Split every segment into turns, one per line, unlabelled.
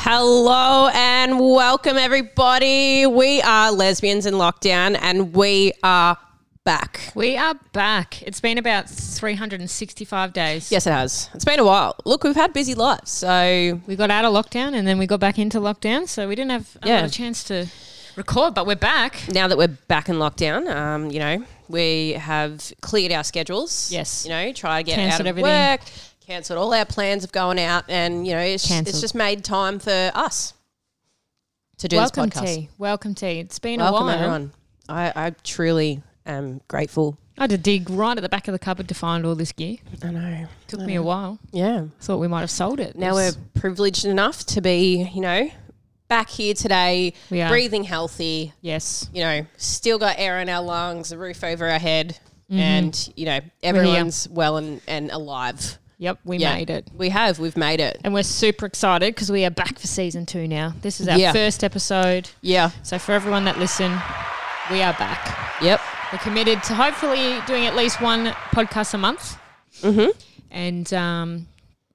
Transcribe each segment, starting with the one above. Hello and welcome, everybody. We are Lesbians in Lockdown and we are back.
We are back. It's been about 365 days.
Yes, it has. It's been a while. Look, we've had busy lives. So,
We got out of lockdown and then we got back into lockdown, so we didn't have a
Yeah.
lot of chance to record, but we're back.
now that we're back in lockdown, um, you know, we have cleared our schedules.
Yes.
You know, try to get out
Cancelled
of
everything.
work, cancelled all our plans of going out, and, you know, it's, it's
Cancelled.
just made time for us to do
Welcome,
this podcast.
T. Welcome, T. It's been a
Welcome,
while.
everyone. I, I truly am grateful.
I had to dig right at the back of the cupboard to find all this gear.
I know.
Took me a while.
Yeah.
Thought we might have sold it.
now we're privileged enough to be, you know, back here today,
We are.
breathing healthy,
yes.
you know, still got air in our lungs, a roof over our head, and, you know, everyone's well and, and alive.
Yep, we
Yeah.
made it.
We have. We've made it.
And we're super excited because we are back for season two now. This is our
Yeah.
first episode.
Yeah.
So for everyone that listened, we are back.
Yep.
We're committed to hopefully doing at least one podcast a month. Mm-hmm. And um,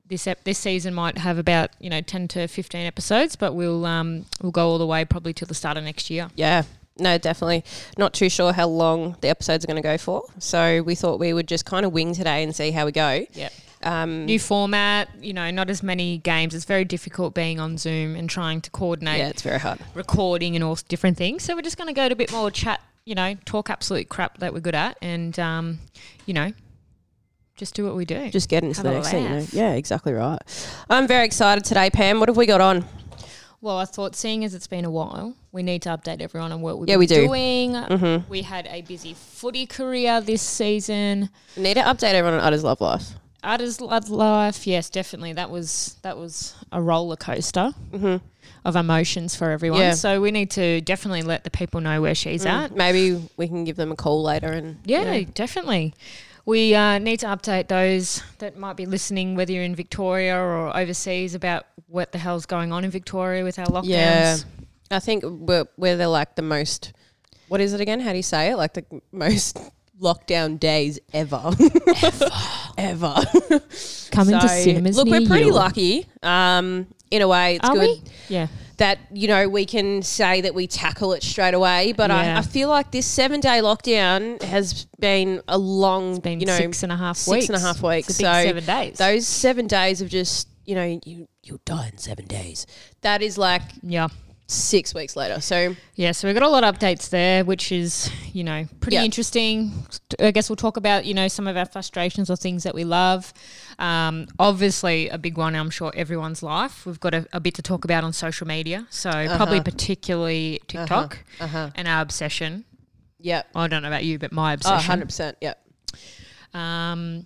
this ep- this season might have about you know ten to fifteen episodes, but we'll um, we'll go all the way probably till the start of next year.
Yeah. No, definitely. Not too sure how long the episodes are going to go for. So we thought we would just kind of wing today and see how we go.
Yep.
Um,
Mm. New format, you know, not as many games. It's very difficult being on Zoom and trying to coordinate
yeah, it's very hard.
recording and all s- different things. So we're just going to go to a bit more chat, you know, talk absolute crap that we're good at, and um, you know, just do what we do.
Just get into
Have
the
a
next thing. You know?
laugh.
Yeah, exactly right. I'm very excited today, Pam. What have we got on?
Well, I thought seeing as it's been a while, we need to update everyone on what we've
Yeah,
been
we do. Mm-hmm.
doing. We had a busy footy career this season.
Need to update everyone on Udders Love Life.
Artists love life. Yes, definitely. That was that was a roller coaster of emotions for everyone.
Mm-hmm. Yeah. Mm.
So we need to definitely let the people know where she's at.
Maybe we can give them a call later and
Yeah, definitely. We uh, need to update those that might be listening, whether you're in Victoria or overseas, about what the hell's going on in Victoria with our lockdowns.
yeah. I think we're, we're the like the most. What is it again? How do you say it? Like the most lockdown days ever, ever.
Coming
So,
to cinemas.
look,
near
we're pretty
you.
lucky. Um, in a way, it's
Are
good
we? Yeah.
that you know we can say that we tackle it straight away. But I,
Yeah.
I feel like this seven day lockdown has been a long,
been
you know,
six and a half
six and a
weeks.
half weeks.
It's a big
so
seven days.
Those seven days of just you know you you'll die in seven days. That is like
Yeah.
six weeks later. So
Yeah, so we've got a lot of updates there, which is, you know, pretty
Yeah.
interesting. I guess we'll talk about, you know, some of our frustrations or things that we love. Um, obviously, a big one, I'm sure, everyone's life. We've got a, a bit to talk about on social media. So, probably
Uh-huh.
particularly TikTok and our obsession.
yeah,
I don't know about you, but my
oh,
obsession.
hundred percent. Yeah,
um,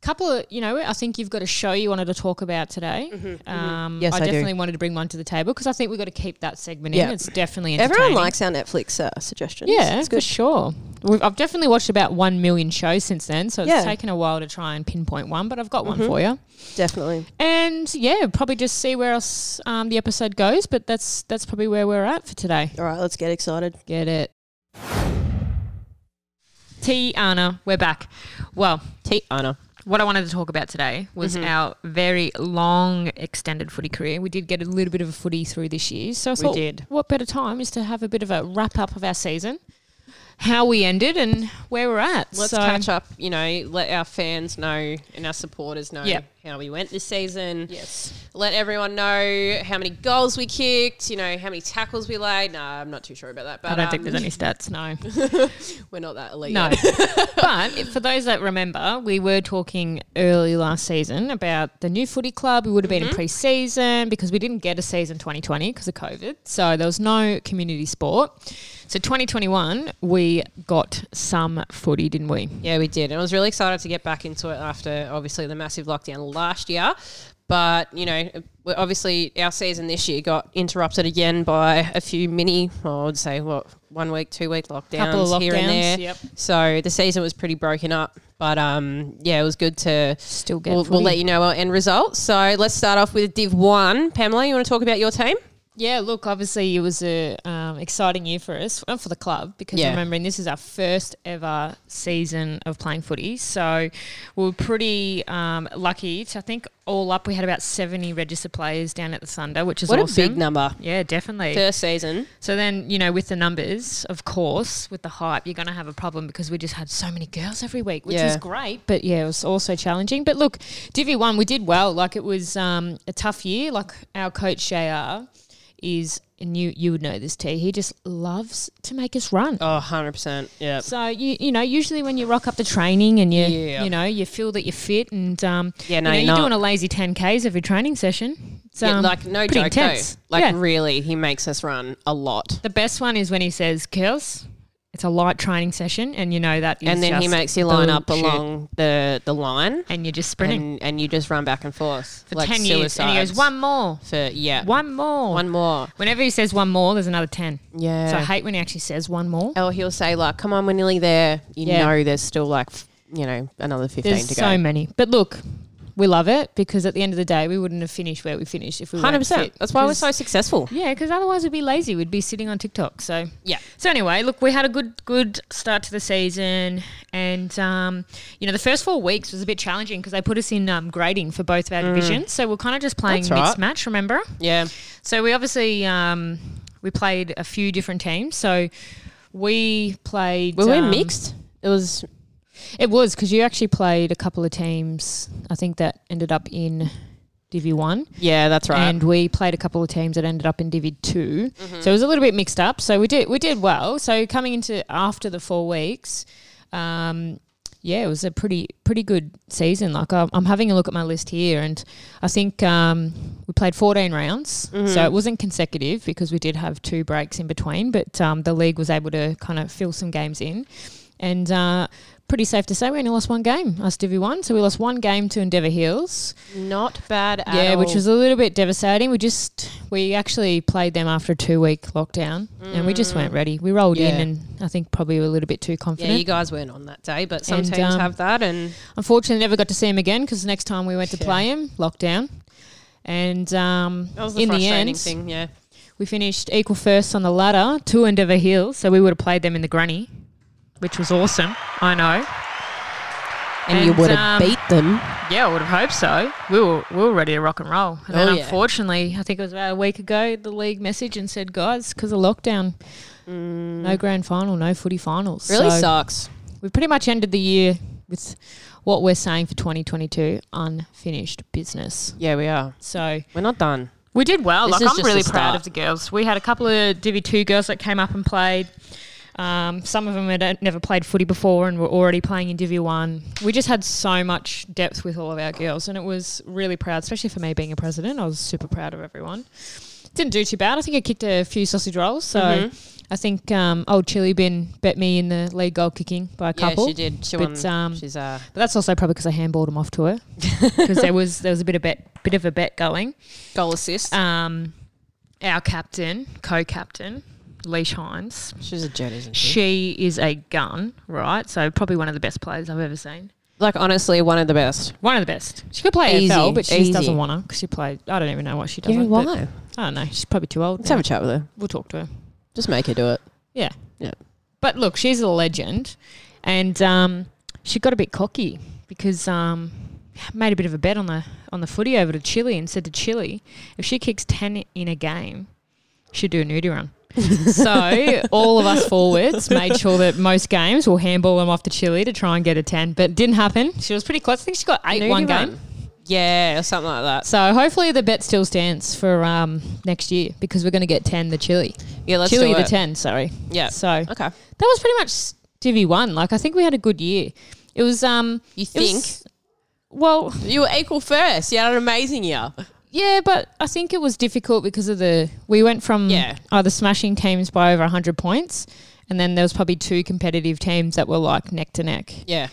couple of, you know, I think you've got a show you wanted to talk about today. Um,
Yes, I do.
definitely wanted to bring one to the table because I think we've got to keep that segment
Yeah.
in. It's definitely
everyone
entertaining.
likes our Netflix uh, suggestions.
Yeah,
it's
for
good.
sure. We've, I've definitely watched about one million shows since then, so it's
Yeah. Mm-hmm.
taken a while to try and pinpoint one, but I've got one for you.
Definitely.
And yeah, probably just see where else um, the episode goes, but that's that's probably where we're at for today.
All right, let's get excited.
Get it? T Anna, we're back. Well,
T Anna.
what I wanted to talk about today was
Mm-hmm.
our very long extended footy career. We did get a little bit of a footy through this year, so I thought,
did.
what better time is to have a bit of a wrap up of our season, how we ended, and where we're at.
Let's
So-
catch up. You know, let our fans know and our supporters know
Yeah.
how we went this season.
Yes.
let everyone know how many goals we kicked, you know, how many tackles we laid. No, I'm not too sure about that, but
I don't think
um,
there's any stats. No,
we're not that elite.
no.
yet.
but for those that remember, we were talking early last season about the new footy club. We would have been in pre-season because we didn't get a season 2020 because of COVID. So there was no community sport. So 2021, we got some footy, didn't we?
Yeah, we did. And I was really excited to get back into it after obviously the massive lockdown last year. But, you know, we- obviously our season this year got interrupted again by a few mini, well, I would say, what, one week, two week lockdowns,
Couple of
here and
lockdowns,
there.
yep.
So the season was pretty broken up. But, um, yeah, it was good to.
Still get
We'll, we'll
footy.
let you know our end results. So let's start off with Div 1. Pamela, you want to talk about your team?
Yeah, look, obviously it was a um, exciting year for us and for the club because
Yeah.
remembering this is our first ever season of playing footy, so we were pretty um, lucky. To, I think all up we had about seventy registered players down at the Thunder, which is
What
awesome.
a big number.
Yeah, definitely.
First season.
So then, you know, with the numbers, of course, with the hype, you're going to have a problem because we just had so many girls every week, which
Yeah.
is great. But yeah, it was also challenging. But look, Divi 1, we did well. Like it was um, a tough year. Like our coach, JR, is, and you, you would know this, T, he just loves to make us run.
Oh, 100%. Yeah.
So you you know usually when you rock up the training and you
Yeah.
you know you feel that you're fit and um
Yeah, no,
you know,
you're
you're
not.
doing a lazy 10ks every training session. It's,
Yeah,
um,
like no
pretty
joke
intense.
though. Like
Yeah.
really, he makes us run a lot,
The best one is when he says, "Girls, it's a light training session," and you know that. Is
and then he
just
makes you line up
bullshit.
along the the line,
and you're just sprinting
and, and you just run back and forth
for
like
ten years. And he goes,
suicides.
"One more,
for yeah, one,
one more,
more,
Whenever he says one more, there's another ten.
yeah.
So I hate when he actually says one more.
oh, he'll say like, "Come on, we're nearly there." You
Yeah.
know, there's still like f- you know another fifteen
There's
to
so
go.
many, but look, we love it because at the end of the day, we wouldn't have finished where we finished if we
Hundred
hundred
percent. That's why we're so successful.
Yeah, because otherwise we'd be lazy. We'd be sitting on TikTok. So
Yeah.
So anyway, look, we had a good good start to the season, and um, you know the first four weeks was a bit challenging because they put us in um, grading for both of our divisions. So we're kind of just playing
Mm. That's right.
mixed match. Remember?
Yeah,
So we obviously um, we played a few different teams. So we played.
were we
um,
mixed? It was
It was because you actually played a couple of teams. I think that ended up in Divi One
yeah, that's right. Mm-hmm.
and we played a couple of teams that ended up in Divi 2 So it was a little bit mixed up. So we did we did well. So coming into after the four weeks, um, yeah, it was a pretty pretty good season. Like I'm, I'm having a look at my list here, and I think um, we played 14 rounds.
Mm-hmm.
So it wasn't consecutive because we did have two breaks in between, but um, the league was able to kind of fill some games in, and. Uh, Pretty safe to say we only lost one game, us Divi 1. So we lost one game to Endeavour Hills.
Not bad. At
Yeah, which
all.
was a little bit devastating. We just we actually played them after a two week lockdown, and we just weren't ready. We rolled
Mm. Yeah.
in, and I think probably were a little bit too
yeah.
confident.
You guys weren't on that day, but some
And,
teams
um,
have that, and
Unfortunately, never got to see him again because the next time we went to
Yeah.
play him, lockdown, and um,
that was the
in the
frustrating
end
thing. Yeah.
we finished equal first on the ladder to Endeavour Hill, so we would have played them in the granny, which was awesome. I know.
and, you
And,
would have
um,
beat them.
Yeah, I would have hoped so. We were we were ready to rock and roll, and then
Oh, yeah.
unfortunately, I think it was about a week ago, the league messaged and said, "Guys, because of lockdown, no grand final, no footy finals."
Mm. Really
so
sucks.
we pretty much ended the year with what we're saying for 2022 unfinished business.
Yeah, we are.
So
We're not done.
we did well.
This is
like I'm
just
really
the
proud
start.
of the girls. We had a couple of Divi two girls that came up and played. Um, some of them had uh, never played footy before and were already playing in Divi one. We just had so much depth with all of our girls, and it was really proud, especially for me being a president. I was super proud of everyone. Didn't do too bad. I think I kicked a few sausage rolls. So
Mm-hmm.
I think um, old Chili Bin bet me in the league goal kicking by a couple.
Yeah, she did. She
But,
won.
um,
She's uh,
But that's also probably because I handballed them off to her because there was there was a bit of bet bit of a bet going
goal assist.
um, our captain, co-captain, Leash Hines.
she's a jet, isn't she?
She is a gun, right? So probably one of the best players I've ever seen.
Like honestly, one of the best.
One of the best. She could play
Easy,
AFL, but she
easy.
just doesn't want to because she played. I don't even know what she does. but I don't know. She's probably too old.
Let's
now.
have a chat with her.
We'll talk to her.
Just make her do it.
Yeah.
Yeah.
But look, she's a legend, and um, she got a bit cocky because um, made a bit of a bet on the on the footy over to Chile and said to Chile, if she kicks ten in a game, she'd do a nudie run. so all of us forwards made sure that most games will handball them off to Chile to try and get a ten, but it didn't happen. She was pretty close. I think she got eight
Nudie
one
run.
game.
Yeah, or something like that.
So hopefully the bet still stands for um, next year because we're going to get ten the Chile,
Yeah, let's
Chile
do
the
it.
ten. Sorry.
Yeah.
So
Okay.
that was pretty much Divi one. Like I think we had a good year. It was um
You
it was-
think
well
you were equal first? You had an amazing year.
yeah, but I think it was difficult because of the we went from
Yeah.
either smashing teams by over hundred points and then there was probably two competitive teams that were like neck to neck.
Yeah.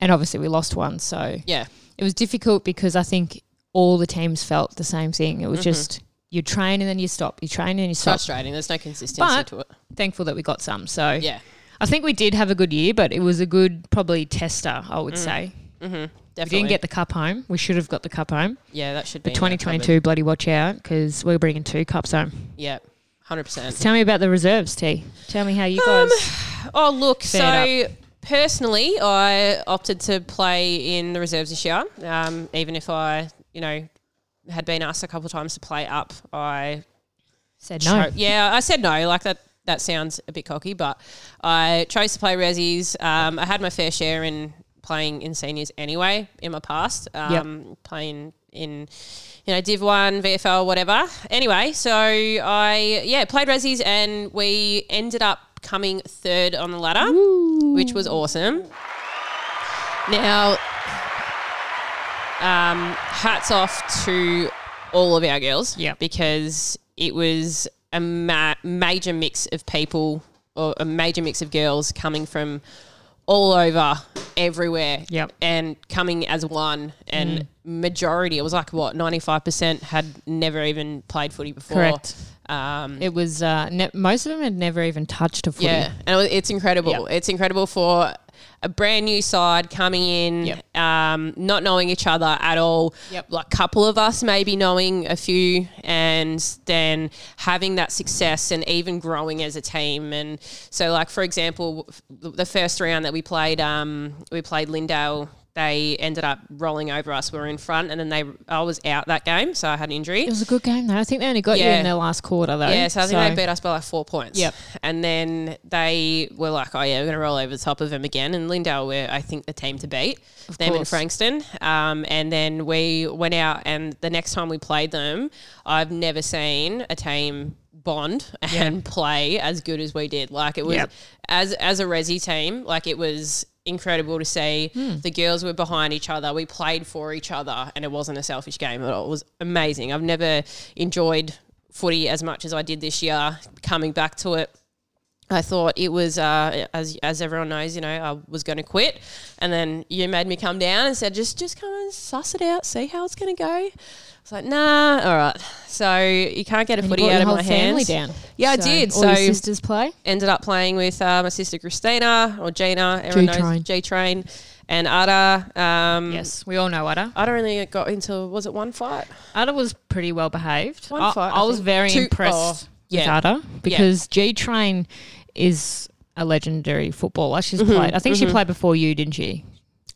And obviously we lost one, so
Yeah.
it was difficult because I think all the teams felt the same thing.
Mm-hmm.
It was just you train and then you stop, you train and you stop.
Frustrating. There's no consistency
But-
to it.
Thankful that we got some. So
Yeah,
I think we did have a good year, but it was a good probably tester, I
Mm.
would say. We
definitely.
didn't get the cup home. We should have got the cup home.
yeah, that should be
But
in that cupboard.
2022, bloody watch out because we're bringing two cups home.
Yeah, hundred percent.
Tell me about the reserves, T. Um, Tell me how you guys.
Oh look,
Fair
so personally, I opted to play in the reserves this year. Um, even if I, you know, had been asked a couple of times to play up, I
said no.
Cho- yeah, I said no. Like that. That sounds a bit cocky, but I chose to play resis. Um, I had my fair share in playing in seniors anyway in my past. Um, Playing in you know Div One, VFL, whatever. Anyway, so I yeah played resis and we ended up coming third on the ladder, which was awesome. Now, um, hats off to all of our girls.
Yeah.
Because it was a ma- major mix of people or a major mix of girls coming from all over, everywhere.
Yep. Mm-hmm.
And coming as one. And majority, it was like what, 95% had never even played footy before.
Correct.
Um,
It was uh, ne- most of them had never even touched a footy.
yeah, and it was- it's incredible.
Yep.
It's incredible for a brand new side coming in,
Yep.
um, not knowing each other at all.
Yep.
Like couple of us maybe knowing a few, and then having that success and even growing as a team. And so, like for example, f- the first round that we played, um, we played Lindale. They ended up rolling over us. We were in front, and then they I was out that game, so I had an injury.
It was a good game though. I think they only got you
Yeah.
in their last quarter though.
Yeah, so I think they beat us by like four points.
Yep.
And then they were like, oh, yeah, we're going to roll over the top of them again. And Lindale were, I think, the team to beat, them
course.
and Frankston. Um, and then we went out, and the next time we played them, I've never seen a team bond and play as good as we did. Like, it was
Yep.
as as a resi team, like it was incredible to see the girls were behind each other. We played for each other, and it wasn't a selfish game at all. It was amazing. I've never enjoyed footy as much as I did this year. Coming back to it. I thought it was, uh, as as everyone knows, you know, I was going to quit, and then you made me come down and said, just just come and suss it out, see how it's going to go. I was like, nah, all right. So you can't get a
And you
footy
brought
out
your
of
whole
my
family
hands.
down.
Yeah, I
So,
did.
All your
So-
sisters play.
ended up playing with uh, my sister Christina or Gina, everyone
G-Train.
knows G Train, and Ada. Um,
Yes, we all know Ada.
Ada only got into was it one fight?
Ada was pretty well behaved.
One
I,
fight,
I
I
was
think.
very
Two-
impressed
oh, yeah.
with Ada because G Train is a legendary footballer. She's played. I think she played before you, didn't she?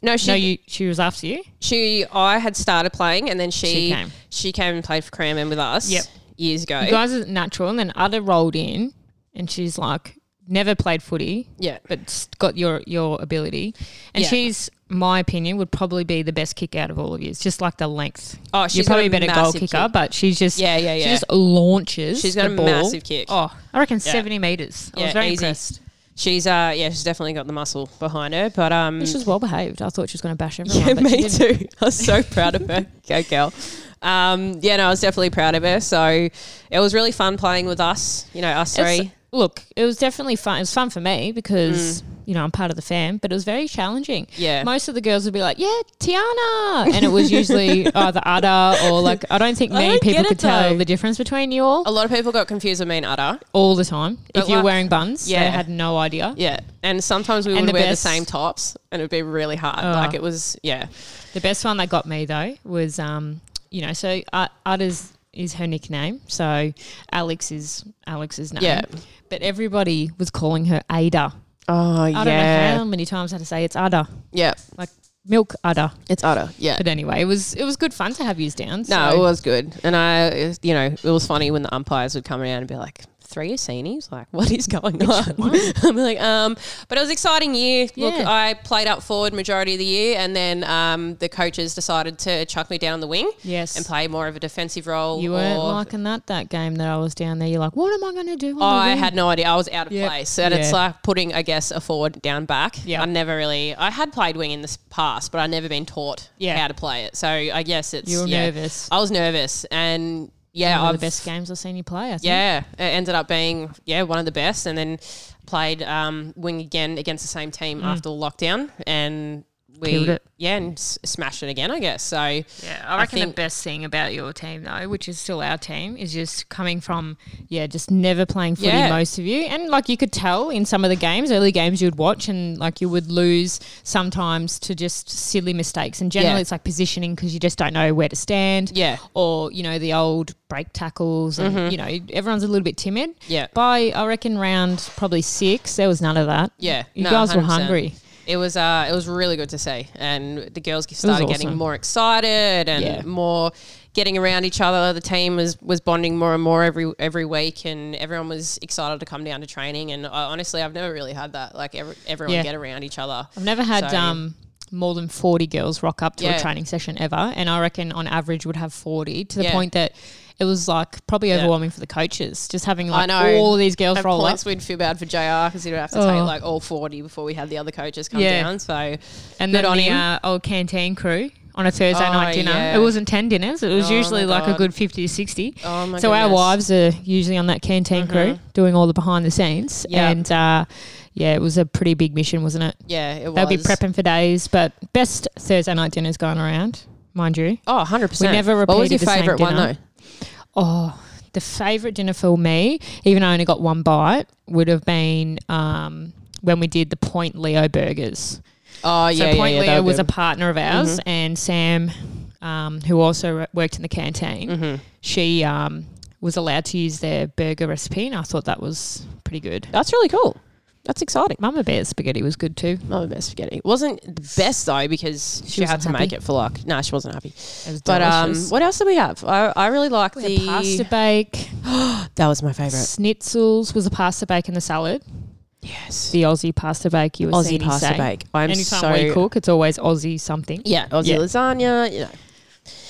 No, Mm-hmm. she
no, you. She was after you.
she I had started playing, and then she
She
she
came.
came, and played for Cranman with us.
Yep.
years ago.
You guys are natural, and then Ada rolled in, and she's like never played footy.
yeah,
but s- got your your ability. And
Yeah.
she's, my opinion, would probably be the best kick out of all of you. It's just like the length.
Oh, she's
You're probably
got a
a better goal
massive
kicker,
kick.
but she's just
Yeah, yeah,
She
yeah.
just launches.
She's got
the
a
ball.
massive kick.
Oh, I reckon
Yeah.
seventy meters. I was
Yeah,
very
easy.
impressed.
she's uh yeah she's definitely got the muscle behind her, but um
She was well behaved. I thought she was going to bash everyone.
Yeah,
but she
me
didn't.
too. I was so proud of her. Go girl. Um, yeah, no, I was definitely proud of her. So it was really fun playing with us. You know, us
It's-
three.
Look, it was definitely fun. It was fun for me because you know I'm part of the fam, but it was very challenging.
Mm. Yeah.
most of the girls would be like, "Yeah, Tiana," and it was usually either Ada or like I don't think
I
many
don't
people
get it
could tell
though.
the difference between you all.
A lot of people got confused with me and Udder.
all the time. if
But
you're
like-
wearing buns, yeah,
Yeah.
they had no idea.
Yeah, and sometimes we
And
would
the
wear
best-
the Oh. same tops, and it'd be really hard. like it was, yeah,
The best one that got me though was, um, you know, so uh, Udders is her nickname. So Alex is Alex's name.
Yeah.
But everybody was calling her Ada.
oh
I don't know how many times I had to say it's Ada,
yeah,
like milk Ada.
it's Udder, yeah.
But anyway, it was it was good fun to have you down.
No,
so-
it was good, and I, it- you know, it was funny when the umpires would come around and be like. Three Asinis, like what is going on? I'm like, um, but it was an exciting year. Look,
Yeah.
I played up forward majority of the year, and then um, the coaches decided to chuck me down the wing
Yes.
and play more of a defensive role.
you weren't
or-
liking that that game that I was down there. You're like, what am I going to do? on the
I
wing?"
had no idea. I was out of
Yep.
place, and it's
Yeah.
like putting, I guess, a forward down back.
Yeah.
I never really. I had played wing in the s- past, but I never been taught
Yeah.
how to play it. So I guess it's
You were
yeah.
nervous.
I was nervous, and yeah,
one
I've
of the best games I've seen you play. I think.
yeah, it ended up being yeah one of the best, and then played um, wing again against the same team after the lockdown, and we
Mm. Killed it.
yeah and s- smashed it again. I guess so.
Yeah, I reckon
think-
the best thing about your team though, which is still our team, is just coming from yeah, just never playing footy
Yeah.
most of you, and like you could tell in some of the games, early games you'd watch, and like you would lose sometimes to just silly mistakes, and generally
Yeah.
it's like positioning because you just don't know where to stand,
Yeah. Mm-hmm.
or you know the old break tackles, and you know everyone's a little bit timid.
Yeah.
by I reckon round probably six, there was none of that.
Yeah,
you
no,
guys were
100%.
hungry.
It was uh, it was really good to see, and the girls started getting
awesome.
more excited and
Yeah.
more getting around each other. The team was was bonding more and more every every week, and everyone was excited to come down to training. And I, honestly, I've never really had that like every, everyone
Yeah.
get around each other.
I've never had
So-
um, more than 40 girls rock up to
Yeah.
a training session ever. And I reckon on average would have 40 to the
Yeah.
point that it was like probably overwhelming for the coaches just having like
know.
all these girls
At
roll
points,
up.
we'd feel bad for Jr. because he'd have to
Oh.
take like all forty before we had the other coaches come
Yeah.
down. So
And
good
then
on
the
him.
uh, old canteen crew on a Thursday
Oh,
night dinner.
yeah.
It wasn't 10 dinners. It was
Oh,
usually
my
like a
God.
good 50 to 60.
Oh, my
so
goodness.
our
Uh-huh.
wives are usually on that canteen crew doing all the behind the scenes.
Yeah.
And uh, yeah, it was a pretty big mission, wasn't it?
yeah, it
They'll
was.
be prepping for days, but best Thursday night dinners going around, mind you.
Oh, 100 percent.
We never
What was your
repeated the same
favorite one
dinner.
though?
Oh, the favorite dinner for me, even though I only got one bite, would have been um, when we did the Point Leo burgers.
Oh
So
yeah, yeah,
Point
yeah,
Leo
they were
was
good. Mm-hmm.
a partner of ours, and Sam, um, who also wo- worked in the canteen,
Mm-hmm.
she um, was allowed to use their burger recipe, and I thought that was pretty good.
That's really cool. That's exciting.
Mama Bear's spaghetti was good too.
Mama best spaghetti. Wasn't the best though because she,
wasn't
had to
happy.
make it for luck. No, she wasn't happy.
It was
But um,
delicious.
what else did we have? I, I really like
We had
the
pasta bake,
That was my favorite.
schnitzels was a pasta bake in the salad.
Yes,
The Aussie pasta bake you were
Aussie
seeing me
pasta
say.
bake. I'm
Anytime
so
we cook, it's always Aussie something.
yeah Aussie
Yeah.
lasagna. You know.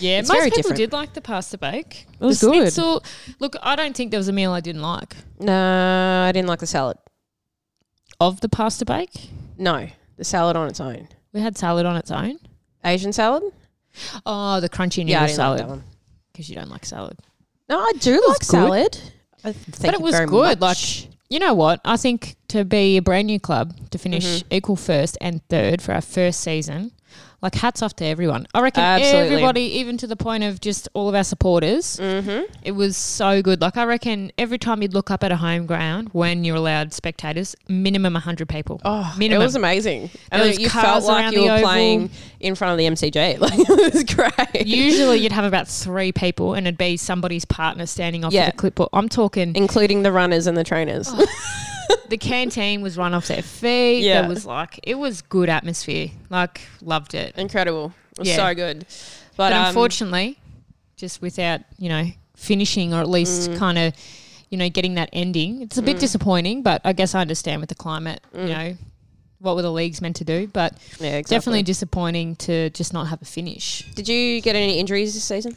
Yeah,
It's
most
very
people
different.
did like the pasta bake. It
was
the
good.
Schnitzel, look, I don't think there was a meal I didn't like.
No, I didn't like the salad.
Of the pasta bake,
No, the salad on its own.
we had salad on its own.
Asian salad.
Oh, the crunchy noodle
Yeah, I didn't like that
salad
one.
because you don't like salad.
No, I do
was
like
good.
salad. I th- thank
but it
you
was
very
good.
much.
Like, you know what? I think to be a brand new club to finish
Mm-hmm.
equal first and third for our first season, like hats off to everyone. I reckon
Absolutely.
everybody, even to the point of just all of our supporters,
Mm-hmm.
it was so good. Like I reckon every time you'd look up at a home ground when you're allowed spectators, minimum hundred people.
Oh,
minimum.
it was amazing.
There
And
was
you
cars
felt
around
like you
the
were
oval.
playing in front of the MCG. Like it was great.
Usually you'd have about three people, and it'd be somebody's partner standing off
Yeah.
with a clipboard. I'm talking
including the runners and the trainers.
Oh. the canteen was run off their feet.
Yeah.
There was like it was good atmosphere. Like loved it. But,
Incredible. It was
Yeah.
so good. But, um,
unfortunately, just without, you know, finishing or at least
Mm.
kind of, you know, getting that ending. It's a bit disappointing, but I guess I understand with the climate, you know, what were the leagues meant to do, but
yeah, Mm. exactly.
definitely disappointing to just not have a finish.
Did you get any injuries this season?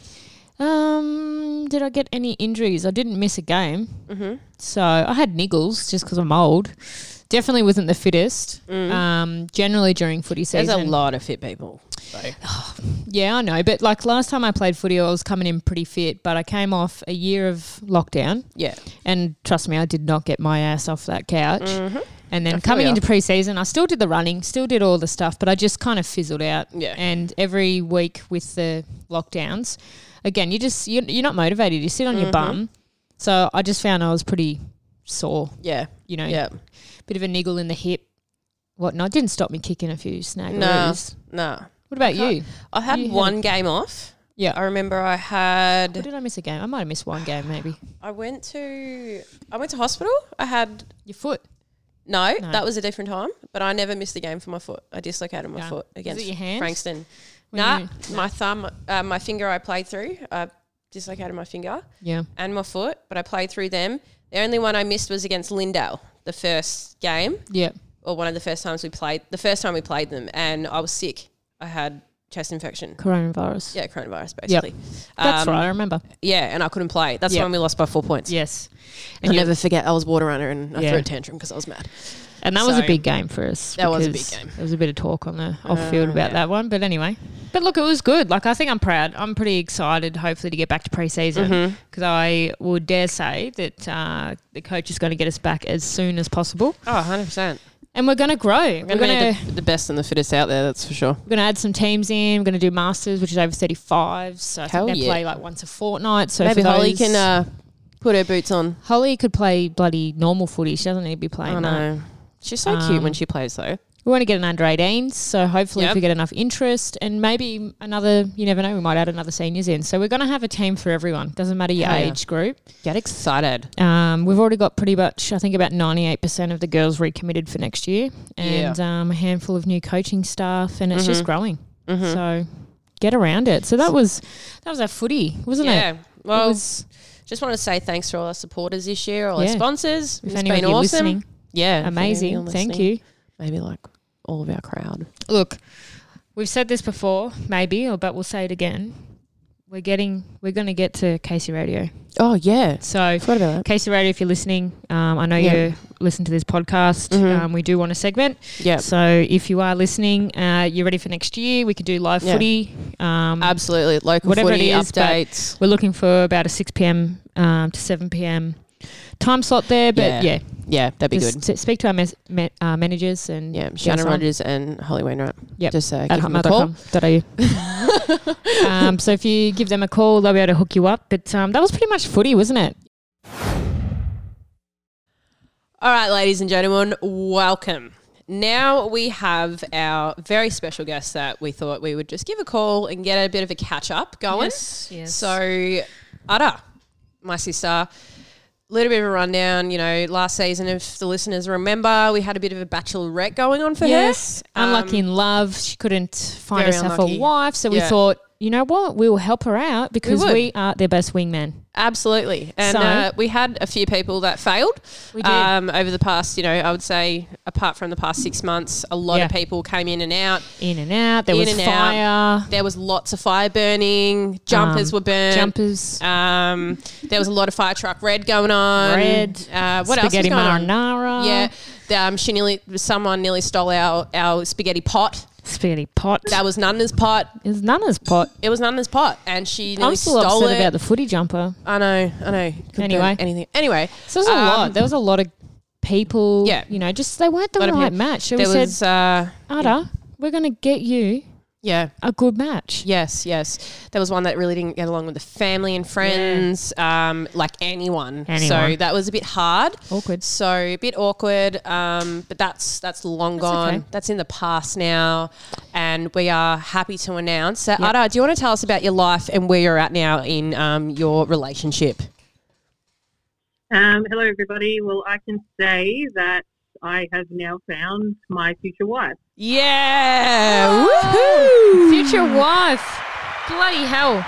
Um, did I get any injuries? I didn't miss a game.
Mm-hmm.
So I had niggles just because I'm old. Definitely wasn't the fittest. Um, generally during footy season.
Mm. There's a lot of fit people. So.
Yeah, I know. But like last time I played footy, I was coming in pretty fit, but I came off a year of lockdown.
Yeah.
And trust me, I did not get my ass off that couch.
Mm-hmm.
And then
Mm. I feel
coming
ya.
into preseason, I still did the running, still did all the stuff, but I just kind of fizzled out.
Yeah.
And every week with the lockdowns, again, you just you're, you're not motivated. You sit on your
Mm-hmm.
bum. So I just found I was pretty sore.
Yeah.
You know,
Yeah.
bit of a niggle in the hip, whatnot. Didn't stop me kicking a few snag.
No. No.
What about you?
I had
You had-
one game off.
Yeah.
I remember I
Or
had
did I miss a game? I might have missed one game, maybe.
I went to I went to hospital. I had
Your foot.
no,
No.
that was a different time, but I never missed a game for my foot. I dislocated my
Yeah.
foot
Was
against
it your hand?
Frankston.
When
Nah,
you-
my thumb, uh, my finger I played through. I dislocated my finger.
Yeah.
and my foot, but I played through them. The only one I missed was against Lindale, the first game,
Yeah.
or one of the first times we played, the first time we played them, and I was sick. I had chest infection.
Coronavirus.
Yeah, coronavirus, basically.
That's
Um,
right. I remember.
Yeah, and I couldn't play. That's
Yep.
when we lost by four points.
Yes.
I'll
And, you-
never forget. I was water runner and I
Yeah.
threw a tantrum because I was mad.
and that was a
so-
big game for us.
That was a
because
big game.
There was a bit of talk on the off field
Uh,
about
yeah.
that one. But anyway. But look, it was good. Like, I think I'm proud. I'm pretty excited, hopefully, to get back to preseason
Mm-hmm.
because I would dare say that uh, the coach is going to get us back as soon as possible.
Oh, 100%.
And we're going to grow. We're
We're
going
gonna
to
be the, the best and the fittest out there. That's for sure.
we're going to add some teams in. We're going to do masters, which is over thirty five. So I
Hell
think they
yeah.
play like once a fortnight. So
Maybe
for
Holly
those-
can uh, put her boots on.
Holly could play bloody normal footy. She doesn't need to be playing. um,
I
that.
know. She's so cute when
Um,
she plays though.
We want to get an under 18s, so hopefully
Yep.
if we get enough interest and maybe another, you never know, we might add another seniors in. So we're going to have a team for everyone. Doesn't matter your
Hell yeah.
age group.
Get excited.
Um, we've already got pretty much, I think, about 98% of the girls recommitted for next year and um, a handful of new coaching staff, and it's just
Mm-hmm.
growing. So get around it. So that was that was our footy, wasn't
yeah.
it?
Well,
it was,
just want to say thanks to all our supporters this year, all
Yeah.
our sponsors.
if
it's
any of
been
you
awesome.
listening,
Yeah. if any of you're
amazing. Thank
listening.
you.
Maybe like all of our crowd.
look, we've said this before, maybe, or but we'll say it again. We're getting, we're going to get to Casey Radio.
Oh yeah.
So,
Forgot about that.
Casey Radio, if you're listening, um, I know
Yeah.
you listen to this podcast.
Mhm.
Um, we do want a segment.
Yeah.
So, if you are listening, uh, you're ready for next year. We could do live
Yeah.
footy. Um,
Absolutely. Local
Whatever it
footy
is, but
updates.
we're looking for about a 6 p.m. Um, to 7 p.m. time slot there. But
Yeah.
yeah,
Yeah, that'd be
just
good.
s- speak to our mes- ma- uh, managers and
Yeah,
get
Shannon
us on.
Rogers and Holly Wainwright.
Yep.
Just uh,
at
give them a call.
hotmail.com.au. um, so if you give them a call, they'll be able to hook you up. But um, that was pretty much footy, wasn't it?
All right, ladies and gentlemen, welcome. Now we have our very special guest that we thought we would just give a call and get a bit of a catch up going.
Yes, yes.
So, Ada, my sister, little bit of a rundown. You know, last season, if the listeners remember, we had a bit of a bachelorette going on for
Yes.
her. Um,
unlucky in love. She couldn't find
very
herself
unlucky.
a wife. So we
Yeah.
thought, you know what? We will help her out because
would.
we, are their best wingman.
Absolutely. And
So-
uh, we had a few people that failed
We did.
Um, over the past, you know, I would say, apart from the past six months, a lot
Yeah.
of people came in and out.
In and out. There
In
was
and out.
fire.
There was lots of fire burning, jumpers
Ah. Um,
were burned.
Jumpers.
Um, there was a lot of fire truck red going on.
Red.
Uh, what else was
spaghetti
going on?
marinara.
Yeah, the, um, she nearly. Someone nearly stole our our spaghetti pot.
Spaghetti pot.
That was Nana's pot.
It's Nana's pot.
It was Nana's pot, and she nearly
I'm still
stole
upset
it.
about the footy jumper.
I know. I know. Could burn
Anyway.
anything. Anyway,
So there was a
um,
lot. There was a lot of people.
Yeah.
You know, just they weren't the
Lot of
right
people.
match. So we
There
said,
was. Uh,
Ada, we're going to get you
yeah.
a good match.
Yes, yes. There was one that really didn't get along with the family and friends, um, like anyone. So
Anyone.
that was a bit hard.
Awkward.
So a bit awkward, um, but that's that's long gone.
okay.
That's in the past now, and we are happy to announce that. Ada, do you want to tell us about your life and where you're at now in um, your relationship?
Um, hello, everybody. Well, I can say that I have now found my future wife.
Yeah,
Future wife. Bloody hell.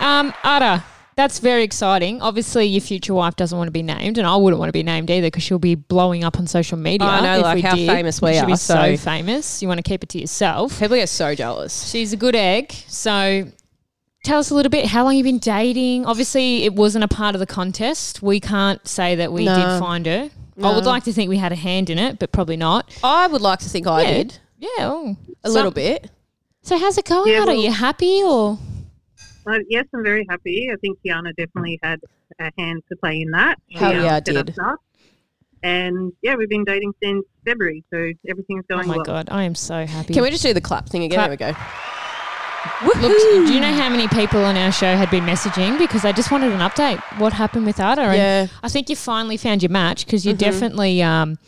Um, Ada, that's very exciting. Obviously, your future wife doesn't want to be named, and I wouldn't want to be named either because she'll be blowing up on social media.
I know,
if
like,
we
how
did.
famous we
She'll
are,
be
so-
so famous. You want to keep it to yourself.
People get so jealous.
She's a good egg. So tell us a little bit how long you've been dating. Obviously, it wasn't a part of the contest. We can't say that we
No.
did find her. I would
No.
like to think we had a hand in it, but probably not.
I would like to think I
Yeah.
did
Yeah. oh.
a
So-
little bit.
So how's it going?
Yeah,
Ada?
well-
Are you happy or?
But yes, I'm very happy. I think Kiana definitely had a hand to play in that. She,
Oh,
Hell yeah,
set us
did.
up. And yeah, we've been dating since February, so everything's
Oh
going
my
well.
god, I am so happy.
Can we just do the clap thing again?
Clap.
There we go.
Look, do you know how many people on our show had been messaging because I just wanted an update? What happened with Ada? And
Yeah.
I think you finally found your match because you definitely um,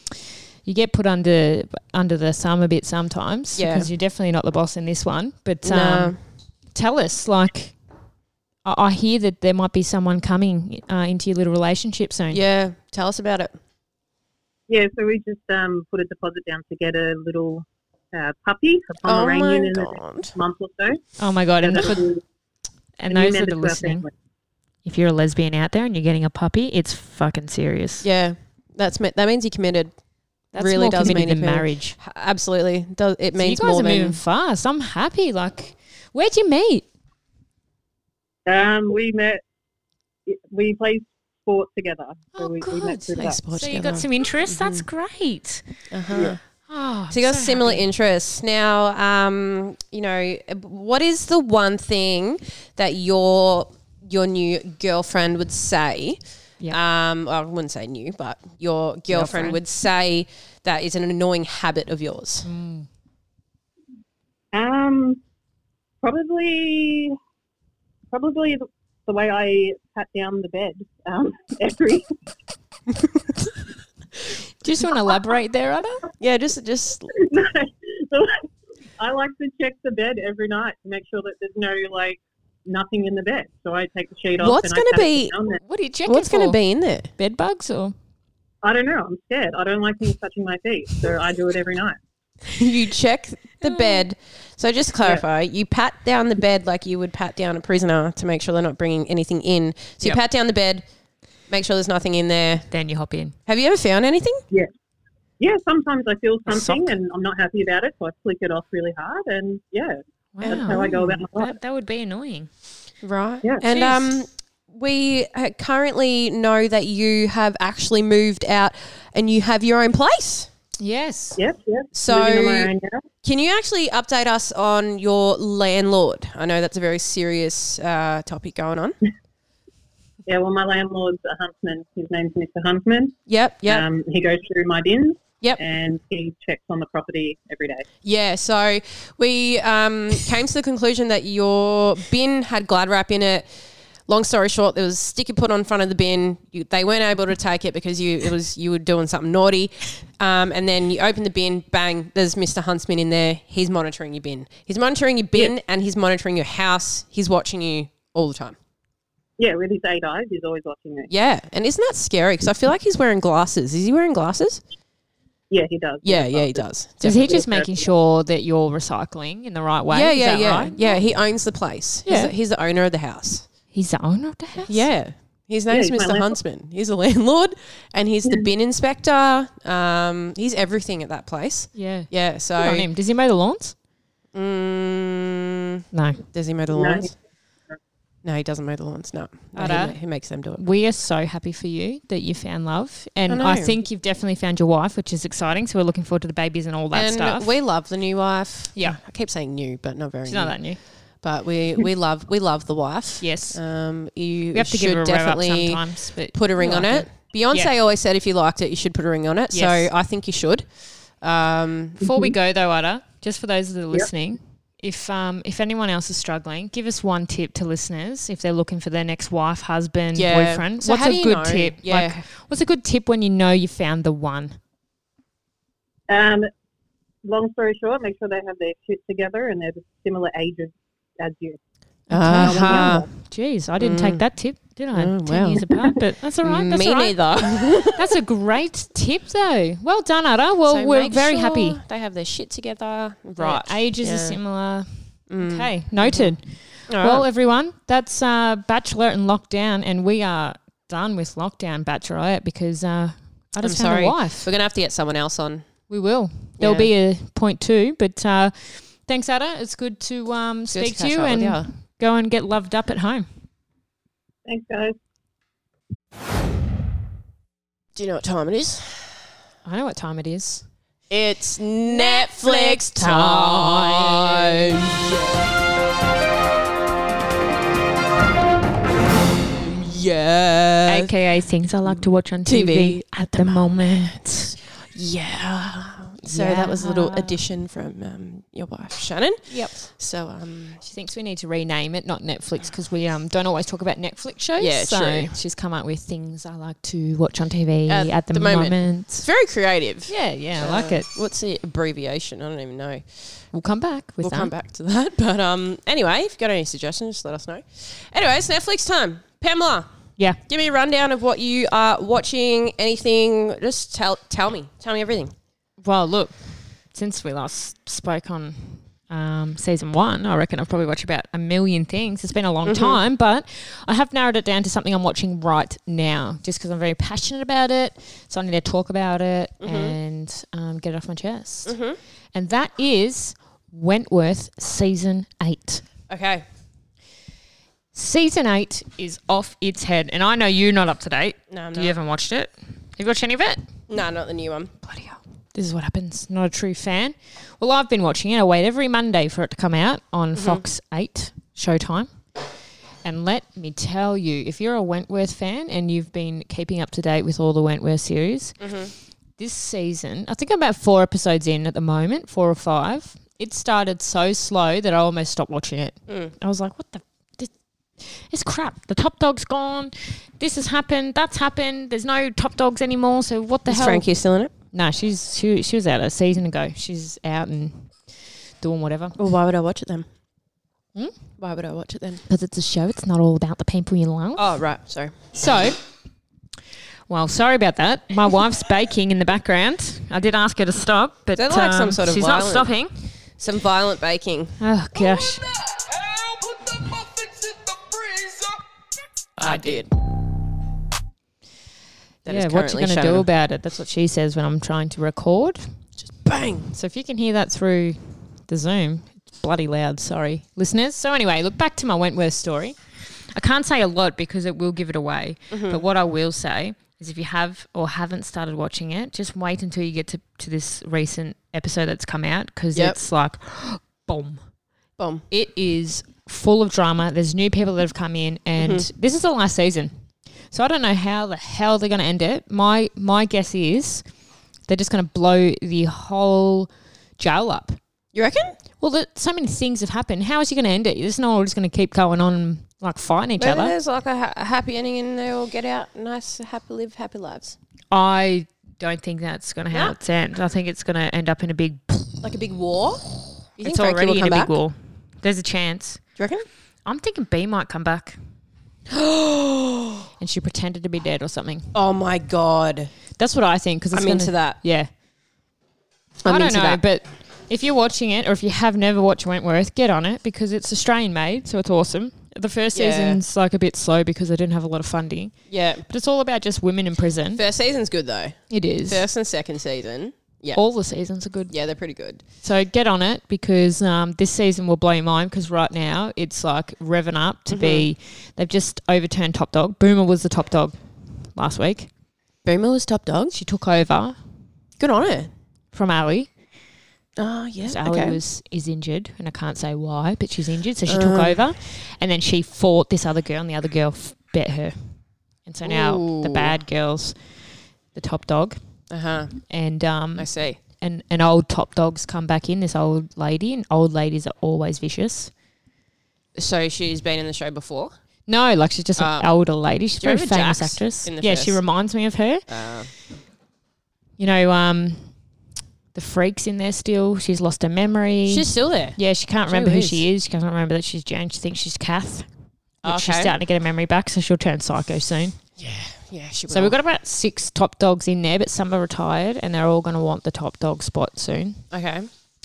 you get put under under the thumb a bit sometimes
Yeah.
because you're definitely not the boss in this one. But um,
No.
tell us, like, I, I hear that there might be someone coming uh, into your little relationship soon.
Yeah, tell us about it.
Yeah, so we just um, put a deposit down to get a little uh, puppy, a
Oh my
Pomeranian, in the next
God.
month or so.
Oh my god! And,
that'll
for,
be a
and
new
those that
member to
are
eh? our
listening,
family.
if you're a lesbian out there and you're getting a puppy, it's fucking serious.
Yeah, that's me- that means you committed.
That
really
more
does
committed
mean
than
it-
marriage.
H- Absolutely, does it
So you
means
guys
more
are moving
than
fast. I'm happy. Like, where'd you meet?
Um, we met, we played sport together. So
Oh,
we, we
good.
met through
Play
that.
sport
so you
together.
got some interest. That's great.
Uh-huh.
Oh,
So you got
so
similar
happy.
interests. Now, um, you know, what is the one thing that your your new girlfriend would say?
Yeah.
Um, well, I wouldn't say new, but your girlfriend,
Girlfriend.
would say that is an annoying habit of yours?
Um, probably, probably the, the way I pat down the bed um, every
Do you just want to elaborate there, Ada?
Yeah, just just
No. I like to check the bed every night to make sure that there's no like nothing in the bed. So I take the sheet off.
What's
and I
gonna
pat it
be-
down there.
What are you checking
what's going to
for?
be in there?
Bed bugs or?
I don't know. I'm scared. I don't like things touching my feet, so I do it every night.
you check the bed. So just to clarify, you pat down the bed like you would pat down a prisoner to make sure they're not bringing anything in. So
Yep.
you pat down the bed, make sure there's nothing in there.
Then you hop in.
Have you ever found anything?
Yeah, sometimes I feel
A
something and I'm not happy about it, so I flick it off really hard. And yeah, that's how I go about my life.
That, that would be annoying.
Right.
Yeah.
And
Jeez.
um, we uh, currently know that you have actually moved out and you have your own place.
Yes.
Yep, yep.
So-
Living on my own now.
Can you actually update us on your landlord? I know that's a very serious uh, topic going on.
Yeah, well, my landlord's a huntsman. His name's Mr. Huntsman.
Yep, yep,
Um, he goes through my bins
yep.
and he checks on the property every day.
Yeah, so we um, came to the conclusion that your bin had glad wrap in it. Long story short, there was a sticker put on front of the bin. You, they weren't able to take it because you it was you were doing something naughty, um, and then you open the bin, bang! There's Mr. Huntsman in there. He's monitoring your bin. He's monitoring your bin and he's monitoring your house. He's watching you all the time.
Yeah, with his eight eyes, he's always watching it.
Yeah, and isn't that scary? Because I feel like he's wearing glasses. Is he wearing glasses?
Yeah, he does.
Yeah, yeah, he does.
Is he
Definitely.
just making sure that you're recycling in the right way?
Yeah,
Is
yeah,
that
yeah,
right?
yeah. He owns the place. He's
Yeah.
the- he's the owner of the house.
He's the owner of the house.
Yeah. His name's
he's my
Mr.
landlord.
Huntsman. He's a landlord and he's the bin inspector. Um, he's everything at that place.
Yeah.
Yeah. So,
Good on him. Does he mow the lawns?
Mm,
No.
does he mow the
No.
lawns? No, he doesn't mow the lawns. No. no he,
Ada?
ma- he makes them do it.
We are so happy for you that you found love, and
I
I,
know.
think you've definitely found your wife, which is exciting. So we're looking forward to the babies and all that
and
stuff.
we love the new wife.
Yeah.
I keep saying new, but not very
it's
new.
not that new.
But we, we love we love the wife.
Yes.
Um, you
we have to
should
give her a rev up
definitely
sometimes, but
put a
we
ring on
like
it. Beyonce
Yeah.
always said if you liked it, you should put a ring on it.
Yes.
So I think you should. Um,
Before we go though, Ada, just for those that are listening, if um if anyone else is struggling, give us one tip to listeners if they're looking for their next wife, husband,
Yeah.
boyfriend.
So
what's
how
a
do you
good
know?
tip?
Yeah.
Like, what's a good tip when you know you found the one?
Um, long story short, make sure they have their shit together and they're the similar ages as you.
uh-huh.
Jeez, I didn't take that tip, did I?
Mm. Oh,
Ten
wow.
years apart, but that's all right. That's
Me
all right.
neither.
That's a great tip, though. Well done, Ada. Well,
So
we're
make
very
sure
happy.
They have their shit together.
Right, ages are
Yeah. Mm.
similar. Okay, Mm. noted.
All
Well,
right.
everyone, that's uh, Bachelor and Lockdown, and we are done with Lockdown Bachelorette because uh, I
I'm
just found
sorry.
a wife.
We're gonna have to get someone else on.
We will. There'll
Yeah.
be a point two, but uh, thanks, Ada. It's good to um,
Good
speak to,
catch
you
up with
and
ya.
go and get loved up at home.
Thanks, guys.
Do you know what time it is?
I know what time it is.
It's Netflix time. Yeah.
AKA things I like to watch on TV,
TV
at the moment.
Yeah. So that was a little addition from um, your wife, Shannon.
Yep.
So um,
She thinks we need to rename it, not Netflix, because we um, don't always talk about Netflix shows.
Yeah,
so
true.
she's come up with things I like to watch on TV
At
at, the,
the moment.
moment.
it's very creative.
Yeah, yeah, I like it.
What's the abbreviation? I don't even know.
We'll come back with
we'll
that.
come back to that. But um, anyway, if you've got any suggestions, just let us know. Anyway, it's Netflix time. Pamela,
Yeah.
give me a rundown of what you are watching, anything. Just tell tell me. Tell me everything.
Well, look, since we last spoke on um, season one, I reckon I've probably watched about a million things. It's been a
Mm-hmm.
long time, but I have narrowed it down to something I'm watching right now, just because I'm very passionate about it. So I need to talk about it
Mm-hmm.
and um, get it off my chest. And that is Wentworth season eight.
Okay.
Season eight is off its head, and I know you're not up to date.
No, I'm
Do
not.
you haven't watched it? Have you watched any of it?
No, not the new one.
bloody hell. This is what happens. Not a true fan. Well, I've been watching it. I wait every Monday for it to come out on Fox 8 Showtime. And let me tell you, if you're a Wentworth fan and you've been keeping up to date with all the Wentworth series, this season, I think I'm about four episodes in at the moment, four or five. It started so slow that I almost stopped watching it. I was like, what the? This, it's crap. The top dog's gone. This has happened. That's happened. There's no top dogs anymore. So what the
Is
hell?
Frankie still in it?
No, she's she she was out a season ago. She's out and doing whatever.
Well, why would I watch it then?
Hmm?
Why would I watch it then?
Because it's a show. It's not all about the people you love.
Oh, right. Sorry.
So, well, sorry about that. My wife's baking in the background. I did ask her to stop, but
Is that like
um,
some sort of
she's
violin?
not stopping.
Some violent baking.
Oh gosh.
I'll put the muffins in the freezer.
I did. That is
yeah, what you
currently
going to
shown.
do about it? That's what she says when I'm trying to record.
Just bang.
So if you can hear that through the Zoom, it's bloody loud. Sorry, listeners. So anyway, look back to my Wentworth story. I can't say a lot because it will give it away. But what I will say is if you have or haven't started watching it, just wait until you get to, to this recent episode that's come out because
Yep.
it's like, boom.
Boom.
It is full of drama. There's new people that have come in, and
Mm-hmm.
this is the last season. So I don't know how the hell they're going to end it. My my guess is they're just going to blow the whole jail up.
You reckon?
Well, that so many things have happened. How is he going to end it? It's not all just going to keep going on and like fighting each
Maybe
other.
there's like a, ha- a happy ending and they all get out nice, happy, live happy lives.
I don't think that's going to how
No.
it's end. I think it's going to end up in a big.
Like a big war? You think
It's
Frankie
already
will
in a
come
big
back?
war. There's a chance.
Do you reckon?
I'm thinking B might come back. and she pretended to be dead or something.
Oh my god.
That's what I think. Because
I'm into that.
Yeah,
I'm
I do not
into
know,
that.
but if you're watching it or if you have never watched Wentworth, get on it because it's Australian made, so it's awesome. The first
Yeah.
season's like a bit slow because they didn't have a lot of funding,
yeah.
but it's all about just women in prison.
First season's good though.
It is.
First and second season. Yeah.
All the seasons are good.
yeah, they're pretty good.
So get on it because um, this season will blow your mind because right now it's like revving up to be.
Mm-hmm.
They've just overturned Top Dog. Boomer was the top dog last week.
Boomer was top dog.
She took over
Good on her.
from Ali.
Oh, yeah.
So Ali was is injured, and I can't say why, but she's injured, so she took
Uh.
over, and then she fought this other girl, and the other girl f- bet her, and so now the
Ooh.
bad girls, the top dog,
Uh huh.
and um
I see.
and an old top dog's come back in. This old lady, and old ladies are always vicious.
So she's been in the show before.
No, like she's just an
Uh,
older lady. She's a
do you
very
remember
famous
Jax
actress.
in the
Yeah, she
first? Ah.
reminds me of her. You know, um, the freaks in there still. She's lost her memory.
She's still there.
Yeah, she can't
She
remember who
is.
she is. She can't remember that she's Jane. She thinks she's Kath. But She's
Okay.
starting to get her memory back, so she'll turn psycho soon.
Yeah, she.
So we've got about six top dogs in there, but some are retired, and they're all going to want the top dog spot soon.
okay.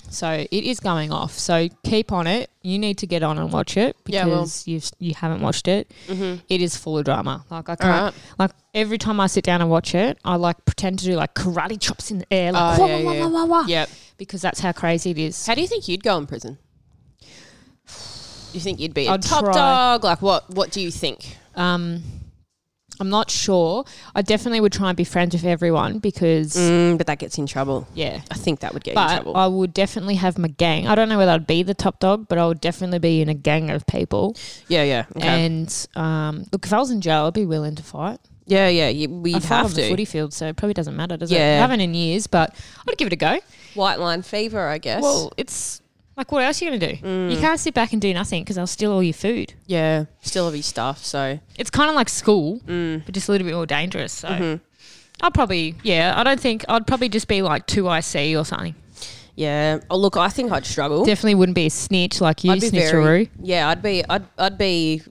So it is going off. So keep on it. You need to get on and watch it
Yeah, mm-hmm. I will.
because you've- you haven't watched it. It is full of drama. Like I can't.
right.
Like every time I sit down and watch it, I like pretend to do like karate chops in the air, like
Oh,
wah,
yeah,
wah,
yeah.
wah, wah, wah,
Yep.
because that's how crazy it is.
How do you think you'd go in prison? You think you'd be a
I'd
top
try.
dog? Like what? What do you think?
Um, I'm not sure. I definitely would try and be friends with everyone because
Mm, but that gets in trouble.
yeah.
I think that would get in
But
trouble.
I would definitely have my gang. I don't know whether I'd be the top dog, but I would definitely be in a gang of people.
yeah, yeah, okay.
And um, look, if I was in jail, I'd be willing to fight.
yeah, yeah. You, we'd
I fight
have
on the
to.
footy field, so it probably doesn't matter, does it?
Yeah.
I haven't in years, but I'd give it a go.
White line fever, I guess.
Well, it's like, what else are you going to do?
Mm.
You can't sit back and do nothing because I'll steal all your food.
yeah. Still have your stuff. So
it's kind of like school,
Mm.
but just a little bit more dangerous. So
Mm-hmm.
I'll probably, yeah, I don't think I'd probably just be like two IC or something.
yeah. Oh, look, I think I'd struggle.
Definitely wouldn't be a snitch like you,
I'd be
snitcheroo.
very. Yeah, I'd be. I'd. I'd be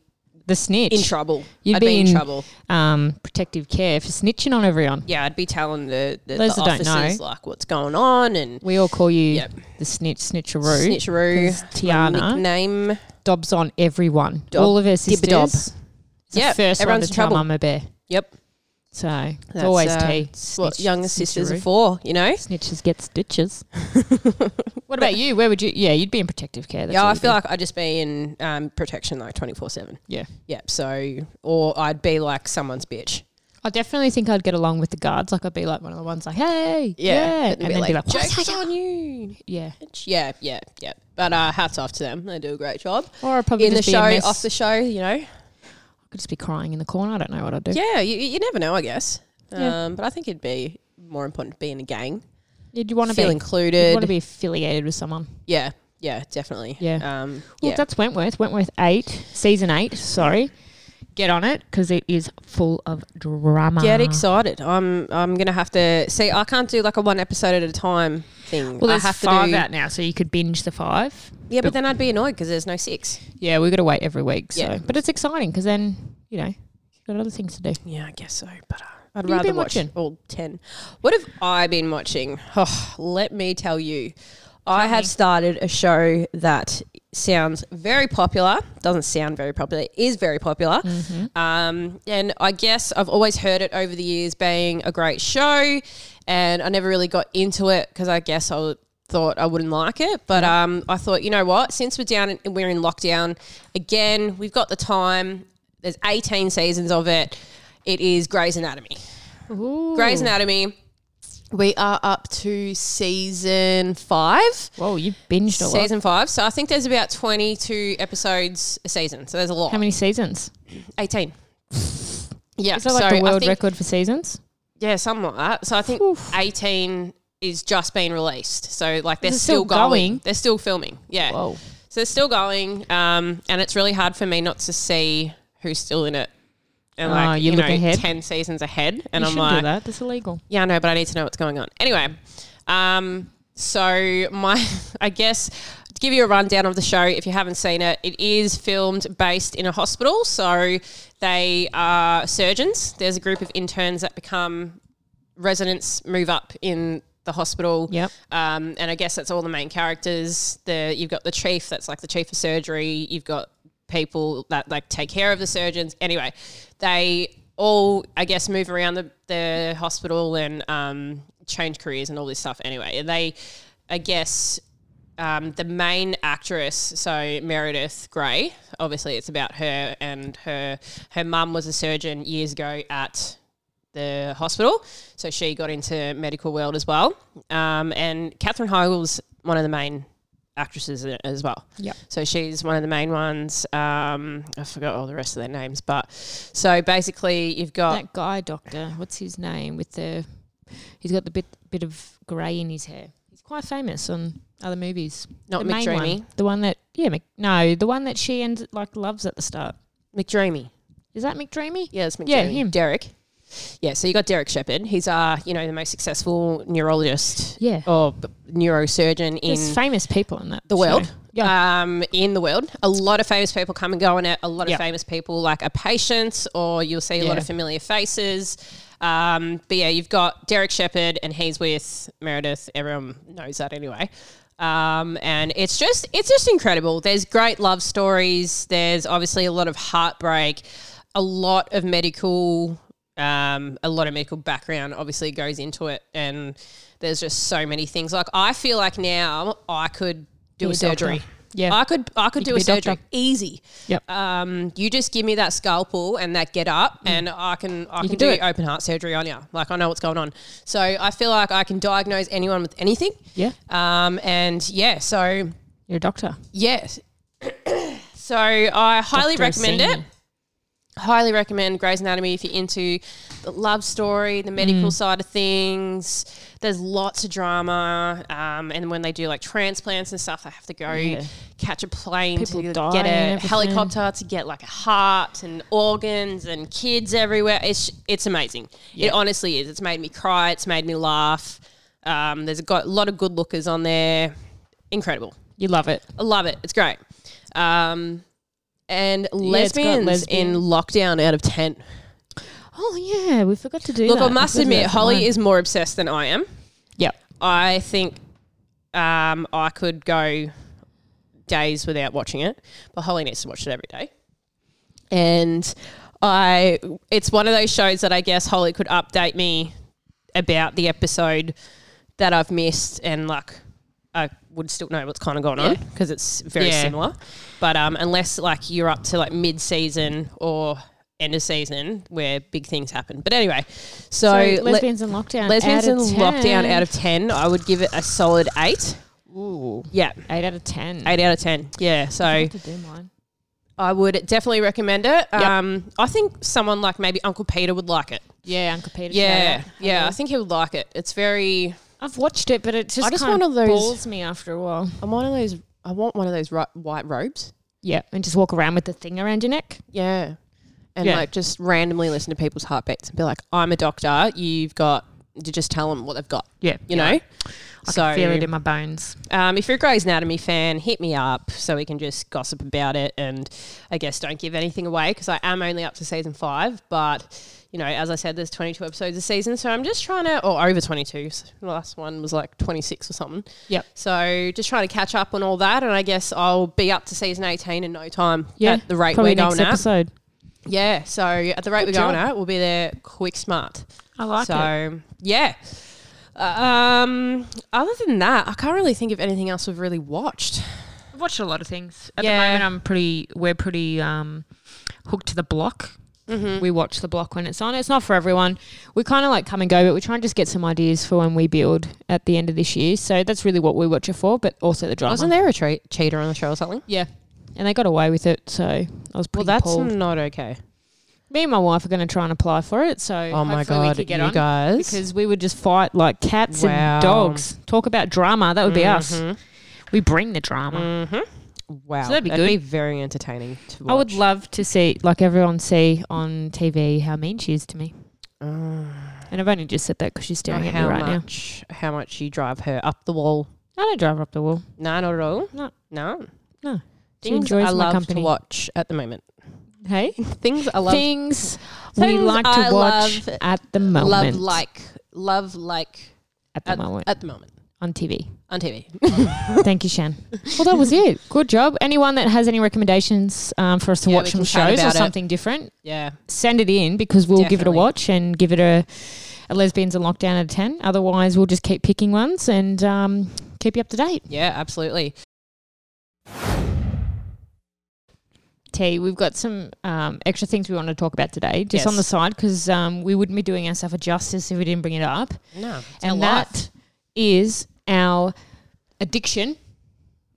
The snitch
in trouble.
You'd
I'd
be
be in
in-
trouble.
um, protective care for snitching on everyone.
Yeah, I'd be telling the, the, the
Those that don't
officers
know.
like what's going on and
We all call you
Yep.
the snitch, snitcheroo.
Snitcheroo.
'cause Tiana
nickname.
dobs on everyone. all of her sisters.
dibba-dob.
It's the
Yep,
first one
everyone's
to
in
tell
trouble.
Mama Bear.
Yep.
So it's
That's,
always
uh,
tea.
it's What
Snitch-
younger sisters are
snitcheroo.
for, you know?
Snitches get stitches. what about you? Where would you? Yeah, you'd be in protective care. That's
Yeah,
what
I
you'd
feel
be.
like I'd just be in um, protection like 24 7.
yeah.
Yep. So, or I'd be like someone's bitch.
I definitely think I'd get along with the guards. Like I'd be like one of the ones like, "Hey, yeah,",
Yeah.
and then be like, "What's
jokes
that?"
on you.
"Yeah."
bitch." Yeah, yeah, yeah. But uh, hats off to them. They do a great job.
Or I'd probably
In the
just be a
show,
mess.
off the show, you know?
I could just be crying in the corner. I don't know what I'd do.
Yeah, you, you never know, I guess. Um,
Yeah.
But I think it'd be more important to be in a gang,
You'd want to
feel
be You'd want
included.
to be affiliated with someone.
yeah, yeah, definitely.
Yeah.
um,
Well,
yeah.
that's Wentworth. Wentworth eight, season eight. Sorry, get on it because it is full of drama.
Get excited! I'm I'm gonna have to see. I can't do like a one episode at a time thing.
Well,
I
there's
have
five
to do
out now, so you could binge the five.
yeah, but then I'd be annoyed because there's no six.
Yeah, we've got to wait every week. So.
Yeah.
but it's exciting because then you know you've got other things to do.
Yeah, I guess so. But uh, I'd
you
rather
been
watch
watching?
all ten. What have I been watching? Oh, let me tell you. I have started a show that sounds very popular. Doesn't sound very popular. Is very popular. Um, and I guess I've always heard it over the years being a great show, and I never really got into it because I guess I w- thought I wouldn't like it. But um, I thought, you know what? Since we're down and we're in lockdown again, we've got the time. There's 18 seasons of it. It is Grey's Anatomy. Grey's Anatomy. We are up to season five.
Whoa, you binged a lot.
Season five. So I think there's about 22 episodes a season. So there's a lot.
How many seasons?
18. Yeah.
Is that like
so
the
I
world
think-
record for seasons?
Yeah, something like that. So I think 18 is just being released. So like they're
Is it
still,
still
going.
going?
They're still filming. Yeah.
Whoa.
So they're still going. Um, and it's really hard for me not to see who's still in it. And
Oh,
like
you
you,
look
know,
ahead.
ten seasons ahead, and
you
I'm
shouldn't
like,
do that. That's illegal.
yeah, I know, but I need to know what's going on. Anyway, um, so my, I guess, to give you a rundown of the show, if you haven't seen it, it is filmed based in a hospital. So they are surgeons. There's a group of interns that become residents, move up in the hospital.
Yep.
Um, and I guess that's all the main characters. The you've got the chief that's like the chief of surgery. You've got people that like take care of the surgeons. Anyway, they all I guess move around the, the hospital and um, change careers and all this stuff. Anyway, and they I guess um, the main actress, so Meredith Grey. Obviously, it's about her and her her mum was a surgeon years ago at the hospital, so she got into medical world as well. Um, and Catherine Heigl's one of the main actresses in it as well.
Yep.
So she's one of the main ones. Um, I forgot all the rest of their names, but so basically you've got
That guy, doctor, what's his name? With the, he's got the bit bit of grey in his hair. He's quite famous on other movies.
Not
the main
McDreamy?
one, the one that yeah, Mc, no, the one that she ends like loves at the start.
McDreamy.
Is that McDreamy?
Yeah, it's McDreamy.
Yeah, him.
Derek. Yeah, so you got Derek Shepard. He's uh, you know, the most successful neurologist
Yeah.
or b- neurosurgeon in
There's famous people in that.
the world.
Yeah.
Um, in the world, a lot of famous people come and go in it. A lot of
Yeah.
famous people like are patients, or you'll see a lot
Yeah.
of familiar faces. Um, but yeah, you've got Derek Shepherd, and he's with Meredith. Everyone knows that anyway. Um, and it's just it's just incredible. There's great love stories. There's obviously a lot of heartbreak, a lot of medical um, a lot of medical background obviously goes into it, and there's just so many things. Like I feel like now I could do
Be
a
a doctor.
surgery.
Yeah.
I could I could do
could
a
be a
surgery
doctor.
easy.
Yep.
Um, you just give me that scalpel and that get up, and I can I can,
Mm. can do
do,
it.
open heart surgery on you. Like I know what's going on, so I feel like I can diagnose anyone with anything.
yeah.
Um, and yeah, so
You're a doctor.
Yes. so I highly
Dr.
recommend
Senior.
it. Highly recommend Grey's Anatomy if you're into the love story, the medical
Mm.
side of things. There's lots of drama, um, and when they do like transplants and stuff, they have to go catch a plane
People
to
die
get
and
a
everything.
helicopter to get like a heart and organs and kids everywhere. It's it's amazing. It honestly is. It's made me cry. It's made me laugh. Um, there's got a lot of good lookers on there. Incredible.
You love it.
I love it. It's great. Um, and
it's got
lesbians
lesbian.
in lockdown out of 10.
Oh yeah, we forgot to do
Look,
that.
I must admit, Holly is more obsessed than I am.
Yep.
I think um, I could go days without watching it, but Holly needs to watch it every day. And I, it's one of those shows that I guess Holly could update me about the episode that I've missed, and like I would still know what's kind of going on because it's very
Yeah.
similar. But um, unless like you're up to like mid season or end of season where big things happen. But anyway, so,
So,
let-
lesbians in lockdown.
Lesbians
out
in
of 10.
lockdown out of 10, I would give it a solid 8.
Ooh.
Yeah.
Eight out of ten.
8 out of 10. Yeah. So
to do mine.
I would definitely recommend it. Um, I think someone like maybe Uncle Peter would like it.
Yeah, Uncle Peter.
Yeah, yeah. I think he would like it. It's very.
I've watched it, but it just,
I just
kind
want
of
of those-
balls me after a while.
I'm one of those. I want one of those ri- white robes.
Yeah, and just walk around with the thing around your neck.
Yeah, and
Yeah.
like just randomly listen to people's heartbeats and be like, "I'm a doctor. You've got to just tell them what they've got."
Yeah,
you
yeah.
know. so
Feel it in my bones.
Um, if you're a Grey's Anatomy fan, hit me up so we can just gossip about it. And I guess don't give anything away because I am only up to season five. But, you know, as I said, there's 22 episodes a season. So I'm just trying to, or over 22. So the last one was like 26 or something.
Yep.
So just trying to catch up on all that. And I guess I'll be up to season 18 in no time
Yeah,
at the rate
probably
we're going
next
at.
episode.
Yeah. So at the rate we're
job.
going at, we'll be there quick smart
I like
so
it.
yeah. Uh, Um, other than that, I can't really think of anything else we've really watched.
I've watched a lot of things. At
Yeah.
the moment, I'm pretty. We're pretty um, hooked to the block.
Mm-hmm.
We watch the block when it's on. It's not for everyone. We kind of like come and go, but we try and just get some ideas for when we build at the end of this year. So that's really what we watch it for. But also the drama.
Wasn't there a tra- cheater on the show or something?
Yeah, and they got away with it. So I was
Well,
pretty
that's
appalled.
not okay.
Me and my wife are going to try and apply for it. So
Oh my
hopefully we
god,
could get
you
on.
guys!
because we would just fight like cats
Wow. Mm-hmm.
and dogs. Talk about drama. That would be us. We bring the drama.
Mm. wow,
So that'd be
be very entertaining to watch.
I would love to see, like everyone see on TV, how mean she is to me.
Uh.
And I've only just said that because she's
Know
staring at me
how
right now.
much how much you drive her up the wall?
I don't drive her up the wall.
No, not at all.
No.
no.
No. She
Things
enjoys
I
my
love
company.
to watch at the moment.
Hey,
Things I love.
things, we
Things
like to
I
watch
love-
at the moment.
love like love like
at the
at,
moment
at the moment
on TV.
on TV.
Thank you, Shan. Well, that was it. Good job. Anyone that has any recommendations um, for us to
Yeah,
watch
we
some
can chat
shows or
about it.
something different,
yeah.
send it in because we'll give it a
Definitely.
watch and give it a, a lesbians in lockdown out of 10. Otherwise, we'll just keep picking ones and um, keep you up to date.
Yeah, absolutely.
T, we've got some um, extra things we want to talk about today, just
Yes.
on the side, because um, we wouldn't be doing ourselves a justice if we didn't bring it up.
No, it's
and
our life.
that is our addiction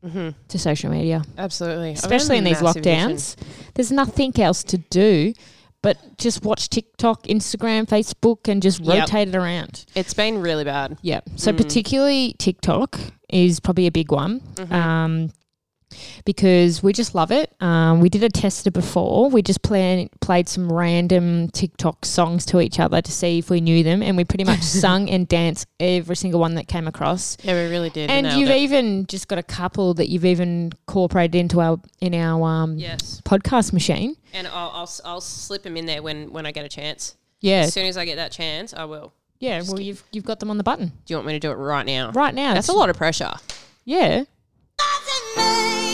Mm-hmm. to social media.
Absolutely. I've
especially in
had a
these
massive
lockdowns. There's nothing else to do but just watch TikTok, Instagram, Facebook, and just
Yep.
rotate it around.
addiction. It's been really bad.
Yeah. So particularly TikTok is probably a big one. Um, because we just love it. Um, we did a tester before. We just play, played some random TikTok songs to each other to see if we knew them, and we pretty much sung and danced every single one that came across
Yeah, we really did.
and you've even just got a couple that you've even incorporated into our in our um,
yes,
podcast machine.
and I'll, I'll s- I'll slip them in there when when I get a chance.
Yeah,
As soon as I get that chance, I will.
yeah. Well, you've you've got them on the button
Do you want me to do it right now?
right now.
That's a
It's-
lot of pressure.
Yeah,
Does it mean?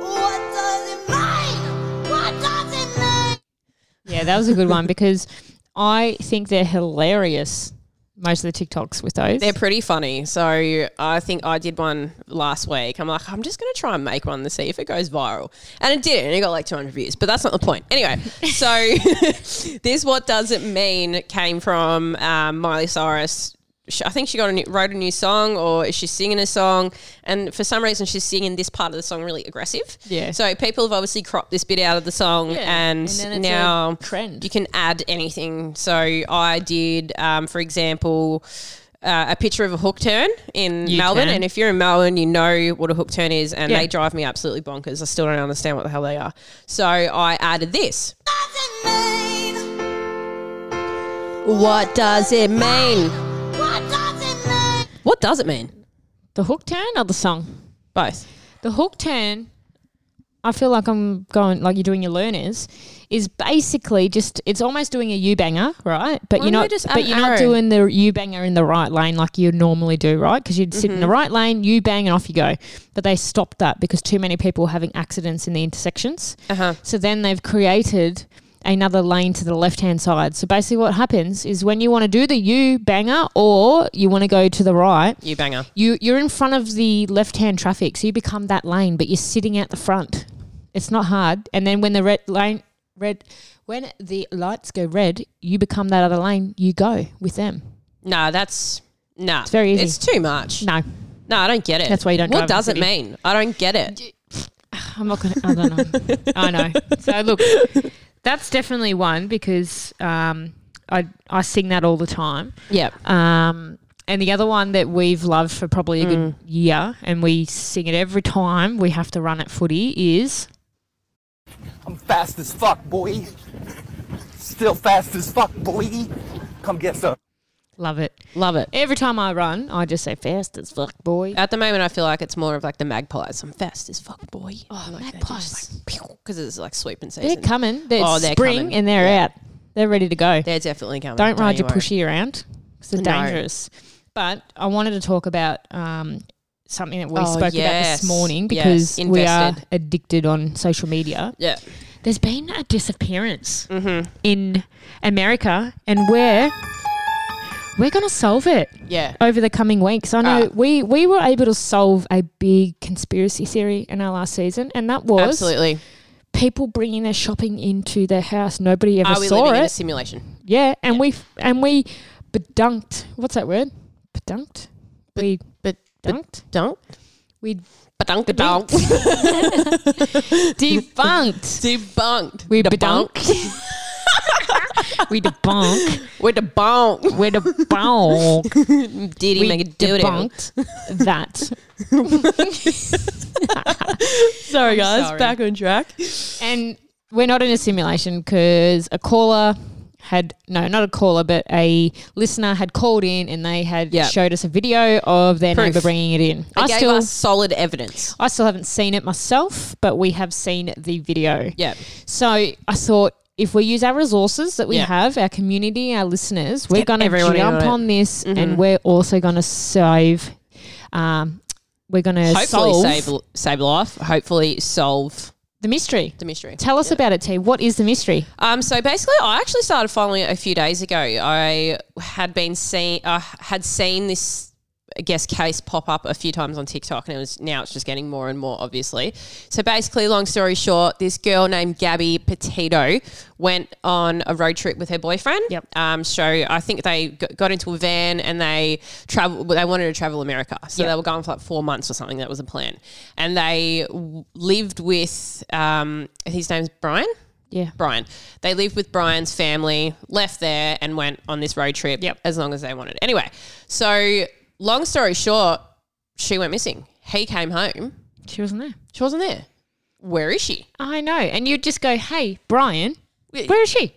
What does it mean? What does it mean?
yeah. That was a good one because I think they're hilarious. Most of the TikToks with those.
They're pretty funny. So I think I did one last week. I'm like, I'm just going to try and make one to see if it goes viral. And it did. And it got like 200 views. But that's not the point. Anyway, so this What Does It Mean came from um, Miley Cyrus. She- I think she got a new, wrote a new song or is she singing a song? And for some reason, she's singing this part of the song really aggressive.
Yeah.
So people have obviously cropped this bit out of the song. And,
then it's a
now
trend.
you can add anything. So I did, um, for example, uh, a picture of a hook turn in
You
Melbourne.
can.
And if you're in Melbourne, you know what a hook turn is, and
Yeah.
they drive me absolutely bonkers. I still don't understand what the hell they are. So I added this.
Does it mean?
What does it mean?
What does it mean?
What does it mean?
the hook turn or the song.
Both.
The hook turn. I feel like I'm going like you're doing your learners is basically just it's almost doing a U banger, right? But
Why
you're
don't
not
we just add
but
an
you're
arrow?
not doing the U banger in the right lane like you normally do, right? Because you'd sit
Mm-hmm.
in the right lane, U bang, and off you go. But they stopped that because too many people were having accidents in the intersections.
Uh-huh.
So then they've created another lane to the left hand side. So basically, what happens is when you want to do the U banger or you want to go to the right,
You banger.
you you're in front of the left hand traffic, so you become that lane, but you're sitting at the front. It's not hard. And then when the red lane red when the lights go red, you become that other lane. You go with them.
Nah, that's nah. It's
very easy.
It's too much.
No,
No, I don't get it.
That's why you don't
What
drive in the
does it
city.
mean? I don't get it.
I'm not gonna. I don't know. I know. So look, that's definitely one because um, I I sing that all the time.
Yeah.
Um, and the other one that we've loved for probably a good year, and we sing it every time we have to run at footy is
I'm fast as fuck, boy. Still fast as fuck, boy. Come get some.
love it.
Love it.
Every time I run, I just say fast as fuck, boy.
At the moment, I feel like it's more of like the magpies. I'm fast as fuck, boy. Oh,
magpies.
Because it's like sweeping
They're
season.
coming. They're
Oh, they're
spring
coming.
and they're out. They're ready to go.
They're definitely coming.
don't ride
you
your
worry.
pushy around 'cause they're
No.
dangerous. But I wanted to talk about um, something that we
Oh,
spoke about
yes.
this morning
Yes.
because we are
Invested.
addicted on social media.
Yeah.
There's been a disappearance
Mm-hmm.
in America, and we're we're gonna solve it
Yeah.
over the coming weeks. I know
Ah.
we we were able to solve a big conspiracy theory in our last season, and that was
Absolutely.
people bringing their shopping into their house. Nobody ever
Are we
saw
living
it.
in a simulation?
Yeah, and we and we bedunked. What's that word? Bedunked. We
But
dunked.
don't.
We
But don't. Debunked.
debunked.
Debunked.
We bedunked. we debunk.
We're debunked.
We debunk.
Diddy
we
make a doodle.
debunked that. sorry, guys. Back
on track.
and we're not in a simulation because a caller had no, not a caller, but a listener had called in and they had
Yeah.
showed us a video of their
Proof.
neighbor bringing it in.
They gave us solid evidence.
I still haven't seen it myself, but we have seen the video.
Yeah.
So I thought if we use our resources that we
Yeah.
have, our community, our listeners, we're going to
everyone in on
jump
it. Mm-hmm.
on this and we're also going to save. Um, we're going to
Hopefully
solve
save save life. Hopefully solve
the mystery.
the mystery.
Tell us about it, T. What is the mystery?
Um, so basically, I actually started following it a few days ago. I had been seen, I had seen this, I guess, case pop up a few times on TikTok, and it was now it's just getting more and more, obviously. So basically, long story short, this girl named Gabby Petito went on a road trip with her boyfriend.
Yep.
Um, so I think they g- got into a van and they travel. They wanted to travel America, so they were going for like four months or something. That was a plan, and they w- lived with um, his name's Brian.
Yeah.
Brian. They lived with Brian's family, left there, and went on this road trip as long as they wanted. Anyway, so long story short, she went missing. He came home.
She wasn't there.
She wasn't there. Where is she?
I know. And you'd just go, hey, Brian,
Wait.
where is she?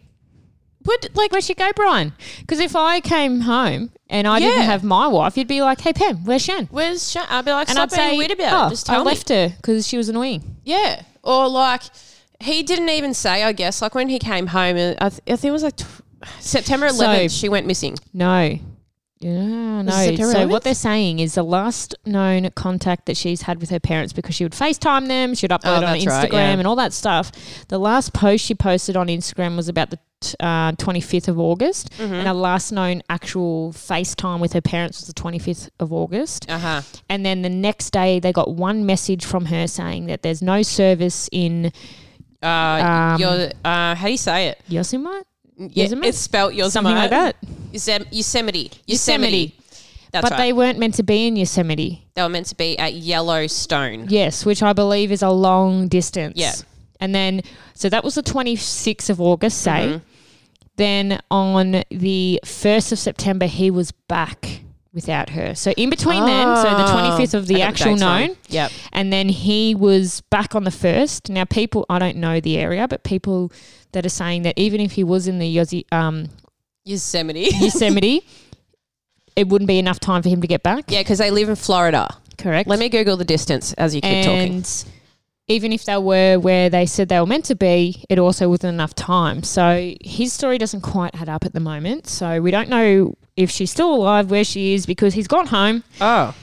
What, like,
Where'd she go, Brian? Because if I came home and I
Yeah.
didn't have my wife, you'd be like, hey, Pam, where's Shan?
where's she? I'd be like, stop being weird about it. Just tell
"Oh, I
me.
left her because she was annoying.
Yeah. Or like, he didn't even say, I guess, like when he came home, uh, I, th- I think it was like tw- September 11th, she went missing.
No. Yeah, no.
September
So
11th?
what they're saying is the last known contact that she's had with her parents because she would FaceTime them, she'd upload on
Oh, that's
Instagram
right, yeah.
and all that stuff. The last post she posted on Instagram was about the t- uh, 25th of August,
Mm-hmm.
and her last known actual FaceTime with her parents was the 25th of August.
Uh huh.
And then the next day, they got one message from her saying that there's no service in
Uh, your, uh, how do you say it?
Yosemite,
Yeah,
Yosemite?
it's spelt Yosemite.
something like that.
Yosem- Yosemite. Yosemite.
Yosemite.
That's
but
right.
they weren't meant to be in Yosemite.
They were meant to be at Yellowstone.
Yes, which I believe is a long distance.
Yeah.
And then, so that was the 26th of August, say.
Mm-hmm.
Then on the 1st of September, he was back without her. So in between then, so
Ah.
the 25th of
I
the
got the
actual
dates wrong.
known.
Yep.
And then he was back on the 1st. Now, people, I don't know the area, but people that are saying that even if he was in the Yosi, um,
Yosemite.
Yosemite, it wouldn't be enough time for him to get back.
yeah, because they live in Florida.
Correct.
Let me Google the distance as you keep talking.
and even if they were where they said they were meant to be, it also wasn't enough time. So his story doesn't quite add up at the moment. So we don't know if she's still alive, where she is, because he's gone home
Oh.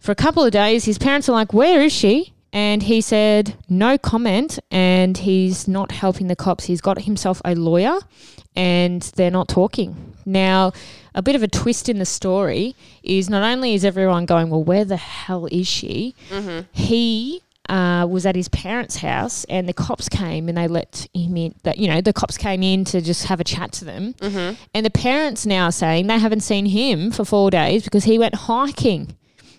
for a couple of days. His parents are like, Where is she? And he said, No comment. And he's not helping the cops. He's got himself a lawyer and they're not talking. Now, a bit of a twist in the story is not only is everyone going, Well, where the hell is she? He. Uh, was at his parents' house and the cops came and they let him in that you know the cops came in to just have a chat to them and the parents now are saying they haven't
Ah.
seen him for four days because he went hiking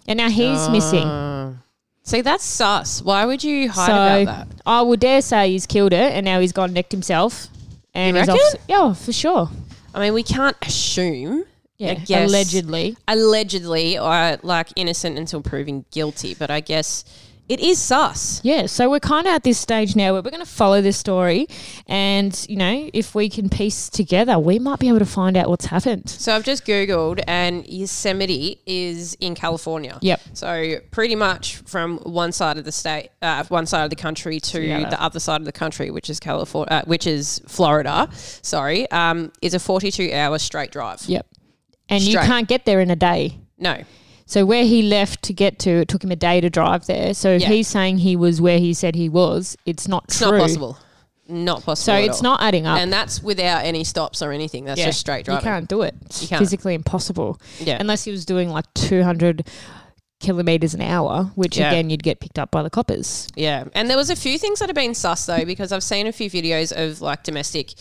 and now he's missing.
See, that's sus. Why would you hide
so
about that?
I will dare say he's killed it, and now he's gone necked himself. And
You
he's
reckon?
off. Yeah, for sure.
I mean, we can't assume. I
Yeah,
guess-
allegedly.
Allegedly, or like innocent until proven guilty, but I guess it is sus.
Yeah, so we're kind of at this stage now where we're going to follow this story, and you know, if we can piece together, we might be able to find out what's happened.
So I've just Googled, and Yosemite is in California.
Yep.
So pretty much from one side of the state, uh, one side of the country to
the other.
the other side of the country, which is California, uh, which is Florida. Sorry, um, is a forty-two hour straight drive.
Yep, and
Straight.
you can't get there in a day.
No.
So where he left to get to, it took him a day to drive there. So if
Yeah.
he's saying he was where he said he was, it's not
It's
true.
not possible. Not possible.
So
at
it's
all.
not adding up.
And that's without any stops or anything. That's
Yeah.
just straight driving.
You can't do it. It's
You can't.
physically impossible.
Yeah.
Unless he was doing like 200 kilometers an hour, which
Yeah.
again, you'd get picked up by the coppers.
Yeah, and there was a few things that have been sus though because I've seen a few videos of like domestic,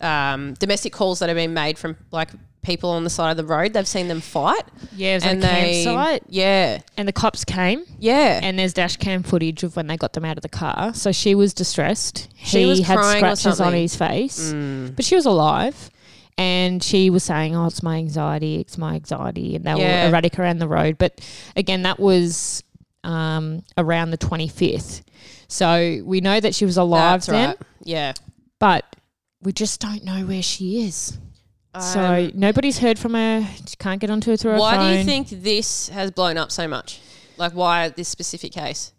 um, domestic calls that have been made from like people on the side of the road. They've seen them fight.
Yeah, it was at a campsite.
Yeah,
And the cops came.
yeah.
And there's dash cam footage of when they got them out of the car. So she was distressed.
She
he
was
had
crying or
scratches on
something. Mm.
his face, but she was alive. And she was saying, Oh, it's my anxiety. It's my anxiety. And they
Yeah.
were erratic around the road. But again, that was um, around the 25th. So we know that she was alive
That's
then.
right. Yeah.
but we just don't know where she is. so nobody's heard from her. She can't get onto her through
Um, Why
her phone.
do you think this has blown up so much? Like, why this specific case?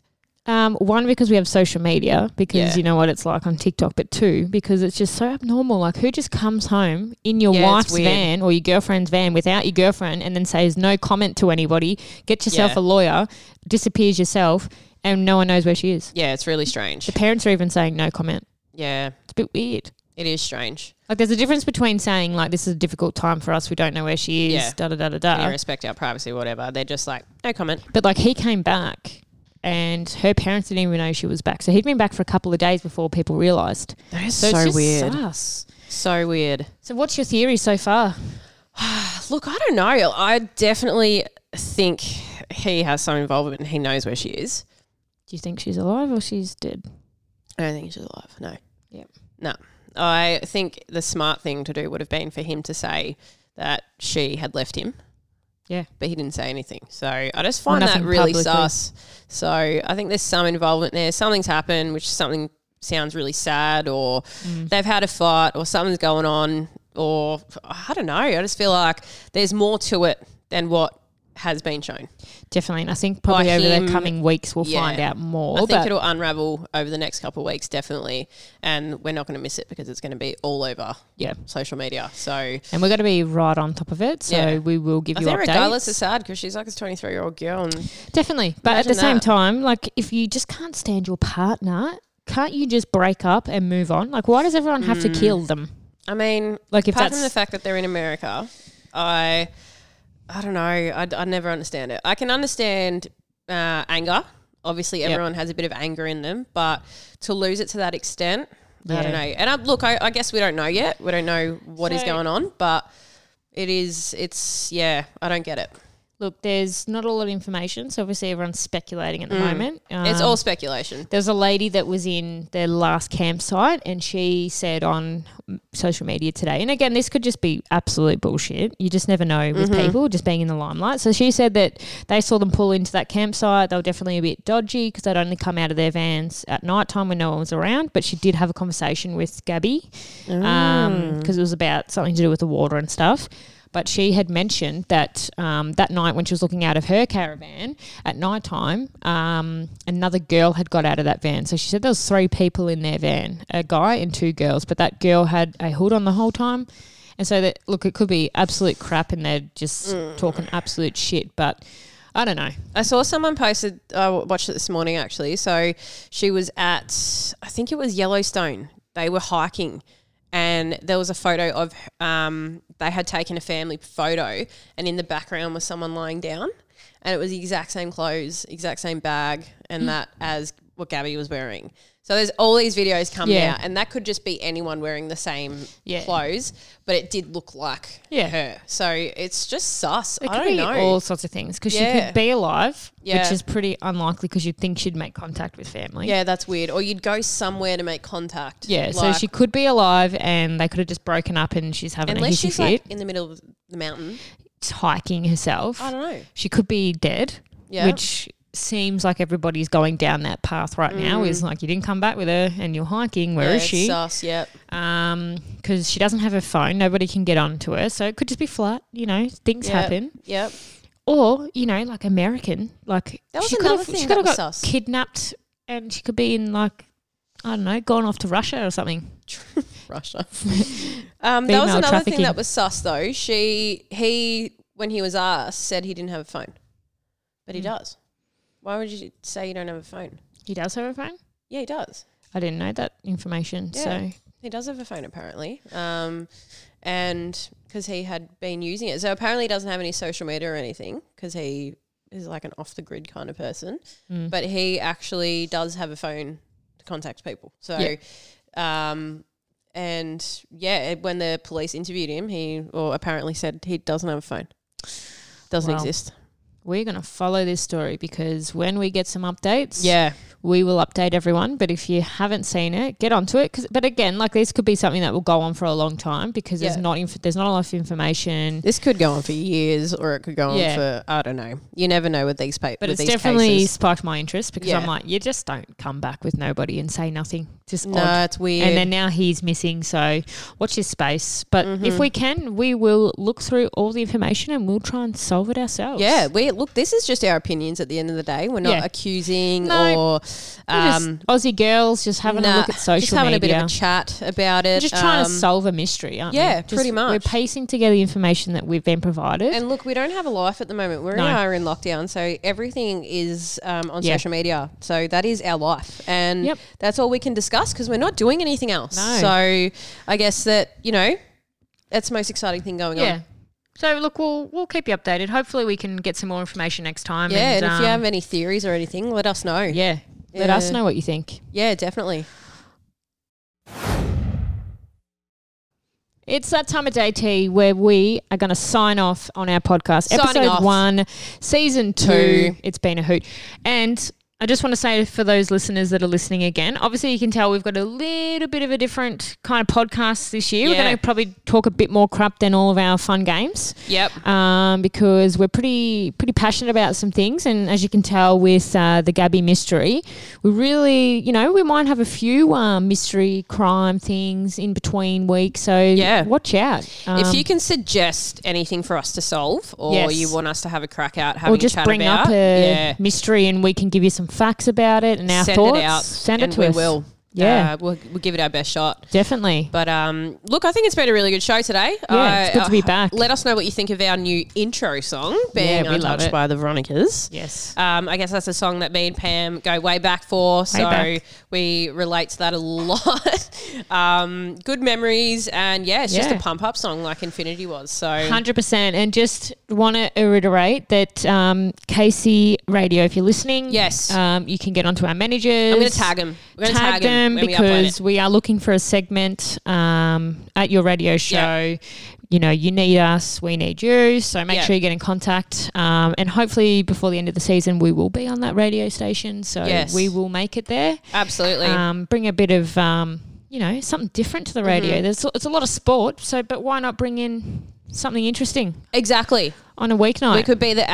Um, one because we have social media because
Yeah.
you know what it's like on TikTok, but two because it's just so abnormal. Like who just comes home in your
Yeah, it's
wife's
weird.
van or your girlfriend's van without your girlfriend and then says no comment to anybody, get yourself
Yeah.
a lawyer, disappears yourself, and no one knows where she is.
Yeah, it's really strange.
Parents are even saying no comment.
Yeah,
It's a bit weird.
it is strange.
Like there's a difference between saying like this is a difficult time for us, we don't know where she is,
Yeah.
da da da da
I
da.
respect our privacy, whatever. They're just like, no comment.
But like he came back and her parents didn't even know she was back. So he'd been back for a couple of days before people realised.
That is
So,
so,
it's just
weird.
sus.
So weird.
So what's your theory so far?
Look, I don't know. I definitely think he has some involvement and he knows where she is.
Do you think she's alive or she's dead?
I don't think she's alive. No.
Yep.
No. I think the smart thing to do would have been for him to say that she had left him.
Yeah.
But he didn't say anything. So I just find that
nothing
really
publicly.
sus. So I think there's some involvement there. Something's happened, which something sounds really sad, or
Mm.
they've had a fight, or something's going on, or I don't know. I just feel like there's more to it than what has been shown.
Definitely. And I think probably
Like
over
him-
the coming weeks we'll
Yeah.
find out more.
I think
but
it'll unravel over the next couple of weeks, definitely. And we're not going to miss it because it's going to be all over
yeah.
social media. So I
And we're going to be right on top of it. So
Yeah.
we will give you
think
updates.
regardless, it's sad because she's like a 23 year old girl. And
Definitely. But at
Imagine
the same
that.
time, like if you just can't stand your partner, can't you just break up and move on? Like why does everyone have
Mm.
to kill them?
I mean,
Like, if
apart
that's-
from the fact that they're in America, I, I don't know. I, I never understand it. I can understand uh, anger. Obviously, everyone has a bit of anger in them, but to lose it to that extent, I
Yeah.
don't know. And I, look, I, I guess we don't know yet. We don't know what is
So-
going on, but it is. It's yeah. I don't get it.
Look, there's not a lot of information, so obviously everyone's speculating at the moment.
Mm. It's
Um,
all speculation.
There was a lady that was in their last campsite, and she said on social media today, and again, this could just be absolute bullshit. You just never know with people just being in the limelight. So she said that they saw them pull into that campsite. They were definitely a bit dodgy because they'd only come out of their vans at night time when no one was around. But she did have a conversation with Gabby because it was about something to do with the water and stuff. But she had mentioned that um, that night when she was looking out of her caravan at night time, um, another girl had got out of that van. So she said there was three people in their van, a guy and two girls. But that girl had a hood on the whole time, and so that look, it could be absolute crap, and they're just
Mm.
talking absolute shit. But I don't know.
I saw someone posted. I w- watched it this morning actually. So she was at, I think it was Yellowstone. They were hiking, and there was a photo of. Um, they had taken a family photo, and in the background was someone lying down,
Mm.
and it was the exact same clothes, exact same bag, and that as what Gabby was wearing. So there's all these videos coming
Yeah.
out, and that could just be anyone wearing the same
Yeah.
clothes, but it did look like
Yeah.
her. So it's just sus.
It
I
could
don't
be
know.
all sorts of things because she
Yeah.
could be alive,
Yeah.
which is pretty unlikely because you'd think she'd make contact with family.
yeah, that's weird. Or you'd go somewhere to make contact.
Yeah, so
Like,
she could be alive, and they could have just broken up, and she's having a
unless
hissy
she's
fit,
like in the middle of the mountain.
hiking herself.
I don't know.
She could be dead,
Yeah.
which seems like everybody's going down that path right now. Is like you didn't come back with her, and you're hiking. Where
Mm. yeah,
is
it's
she?
Sus. Yep.
Um, because she doesn't have her phone. Nobody can get onto her, so it could just be flat. You know, things
Yep.
happen.
Yep.
or you know, like American, like
That was
she
another
could have,
thing
she
that
could have
was
got
sus.
kidnapped, and she could be in like I don't know, gone off to Russia or something.
Russia. um, that was
Female
another thing
trafficking.
that was sus though. She he when he was asked said he didn't have a phone, but
Hmm.
he does. Why would you say you don't have a phone?
He does have a phone.
Yeah, he does.
I didn't know that information.
Yeah.
So
He does have a phone apparently, um, and because he had been using it, so apparently he doesn't have any social media or anything because he is like an off the grid kind of person.
Hmm.
But he actually does have a phone to contact people. So, um, and yeah, when the police interviewed him, he or apparently said he doesn't have a phone, doesn't
Wow.
exist.
we're gonna follow this story because when we get some updates,
Yeah,
we will update everyone. But if you haven't seen it, get onto it. 'Cause- but again, like this could be something that will go on for a long time because
Yeah.
there's not inf- there's not a lot of information.
this could go on for years, or it could go on
Yeah.
for I don't know. You never know with these papers.
But
with
it's
these
definitely
cases.
sparked my interest because
Yeah.
I'm like, you just don't come back with nobody and say nothing. Just
no,
odd.
it's weird.
And then now he's missing. So watch this space. But
Mm-hmm.
if we can, we will look through all the information and we'll try and solve it ourselves.
Yeah, we look. This is just our opinions at the end of the day. We're not
Yeah.
accusing
No.
or
We're just
um,
Aussie girls just having
nah,
a look at social
just having
media.
a bit of a chat about it.
We're just trying to
um,
solve a mystery, aren't we?
yeah,
Just-
pretty much.
We're piecing together the information that we've been provided.
And look, we don't have a life at the moment. We
No.
are in lockdown, so everything is um, on
Yeah.
social media. So that is our life, and
Yep.
that's all we can discuss because we're not doing anything else.
No.
So I guess that you know, that's the most exciting thing going
yeah.
on.
So look, we'll we'll keep you updated. Hopefully, we can get some more information next time.
Yeah, and, if
um,
you have any theories or anything, let us know.
yeah, let us
Yeah.
know what you think.
yeah, definitely.
It's that time of day, T, where we are going to sign off on our podcast.
Signing
Episode
off.
one, season 2
Two.
It's been a hoot. And I just want to say for those listeners that are listening again, obviously you can tell we've got a little bit of a different kind of podcast this year. We're
Yeah.
going to probably talk a bit more crap than all of our fun games
Yep.
um, because we're pretty pretty passionate about some things, and as you can tell with uh, the Gabby mystery, we really, you know, we might have a few um, mystery crime things in between weeks. So
Yeah.
watch out. Um,
if you can suggest anything for us to solve, or
Yes.
you want us to have a crack out, having
or just
a chat
bring
about,
up a
yeah,
mystery, and we can give you some facts about it and our
send
thoughts.
it out,
send
and
it to
we
us.
will.
Yeah.
Uh, we'll, we'll give it our best shot.
Definitely.
But um, look, I think it's been a really good show today.
Yeah, it's
I-
good to be back.
Let us know what you think of our new intro song, being
Yeah, we love
untouched
it.
by the Veronicas.
yes.
Um, I guess that's a song that me and Pam go way back for, so
back.
we relate to that a lot. um, good memories, and yeah, it's just
Yeah.
a pump up song like Infinity was. So
Hundred percent, and just want to reiterate that um, Casey Radio, if you're listening,
Yes.
um, you can get onto our managers.
I'm going to tag him. We're going to
tag,
tag,
them
him when we upload it.
because we, are looking for a segment um, at your radio show. You know, you need us, we need you. So make
Yeah.
sure you get in contact. Um, and hopefully, before the end of the season, we will be on that radio station. So
Yes.
we will make it there.
Absolutely.
Um, bring a bit of, um, you know, something different to
Mm-hmm.
the radio. There's it's a lot of sport. So, but why not bring in something interesting
exactly.
on a weeknight?
We could be the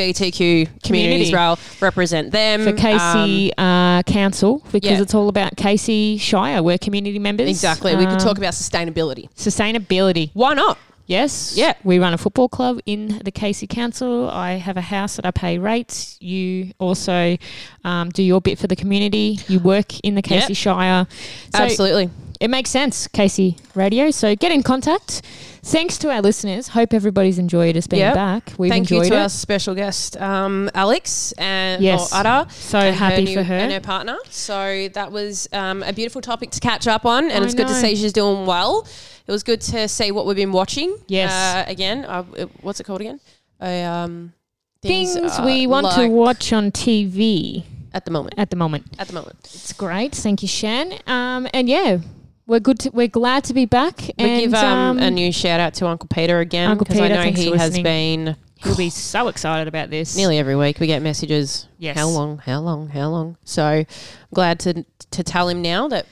LGBTQ community as
Community.
well, represent them. Um,
for Casey uh, Council because
yeah.
it's all about Casey Shire. We're community members.
exactly. we could
Um,
talk about sustainability.
sustainability.
Why not?
Yes.
Yeah.
We run a football club in the Casey Council. I have a house that I pay rates. You also um, do your bit for the community. You work in the Casey Shire. So
Absolutely.
It makes sense, Casey Radio. So get in contact. Thanks to our listeners. Hope everybody's enjoyed us being
Yep.
back. We've
Thank you
enjoyed
to
it.
our special guest, um, Alex and
Yes.
or Ada.
So
and
happy
new-
for her.
and her partner. So that was um, a beautiful topic to catch up on, and
I
it's good to
know.
see she's doing well. It was good to see what we've been watching.
Yes.
Uh, again, uh, it- what's it called again? I, um,
Things
uh,
we want to
like-
watch on TV.
at the moment.
at the moment.
At the moment,
It's great. Thank you, Shan. Um, and yeah, we're good. To, we're glad to be back.
we
and
give um,
um,
a new shout out to Uncle Peter again
Uncle
because I
Peter,
know
thanks
he
for
has
listening.
been
he'll be so excited about this.
nearly every week. We get messages.
Yes.
How long? How long? How long? So I'm glad to to tell him now that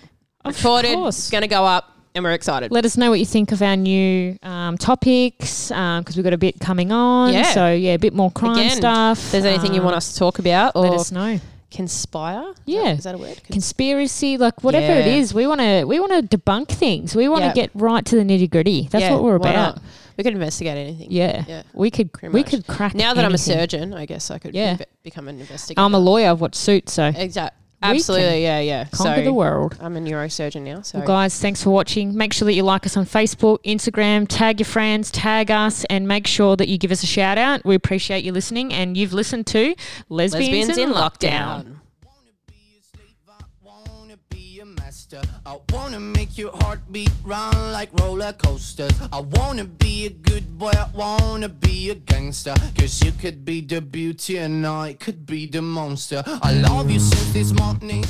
recorded.
course.
It's going to go up, and we're excited.
Let us know what you think of our new um, topics because we've got a bit coming on.
Yeah.
So yeah, a bit more crime
Again,
stuff. Um,
If there's anything you want us to talk about
Let
or
us know.
conspire? Is that-
Yeah.
is that a word? Cons-
Conspiracy, like whatever it
Yeah.
is, we want to we want to debunk things. We want to
Yeah.
get right to the nitty gritty. That's
yeah,
what we're
why
about.
not? We could investigate anything.
Yeah.
Yeah.
we could
pretty
we
much.
could crack.
Now that I'm a
anything.
surgeon, I guess I could
Yeah. Um,
be- become an investigator.
I'm a lawyer. I've watched Suits, so
Exactly.
can
Absolutely. Yeah. Yeah.
conquer the world.
I'm a neurosurgeon now. So
Well, guys, thanks for watching. Make sure that you like us on Facebook, Instagram, tag your friends, tag us, and make sure that you give us a shout out. We appreciate you listening, and you've listened to Lesbians,
lesbians in
lockdown.
lockdown.
wanna be a slave, I wanna be a master. I wanna make your heartbeat run like roller coasters. I wanna be a good boy, I wanna be a gangster. Cause you could be the beauty and I could be the monster. I love you since this morning.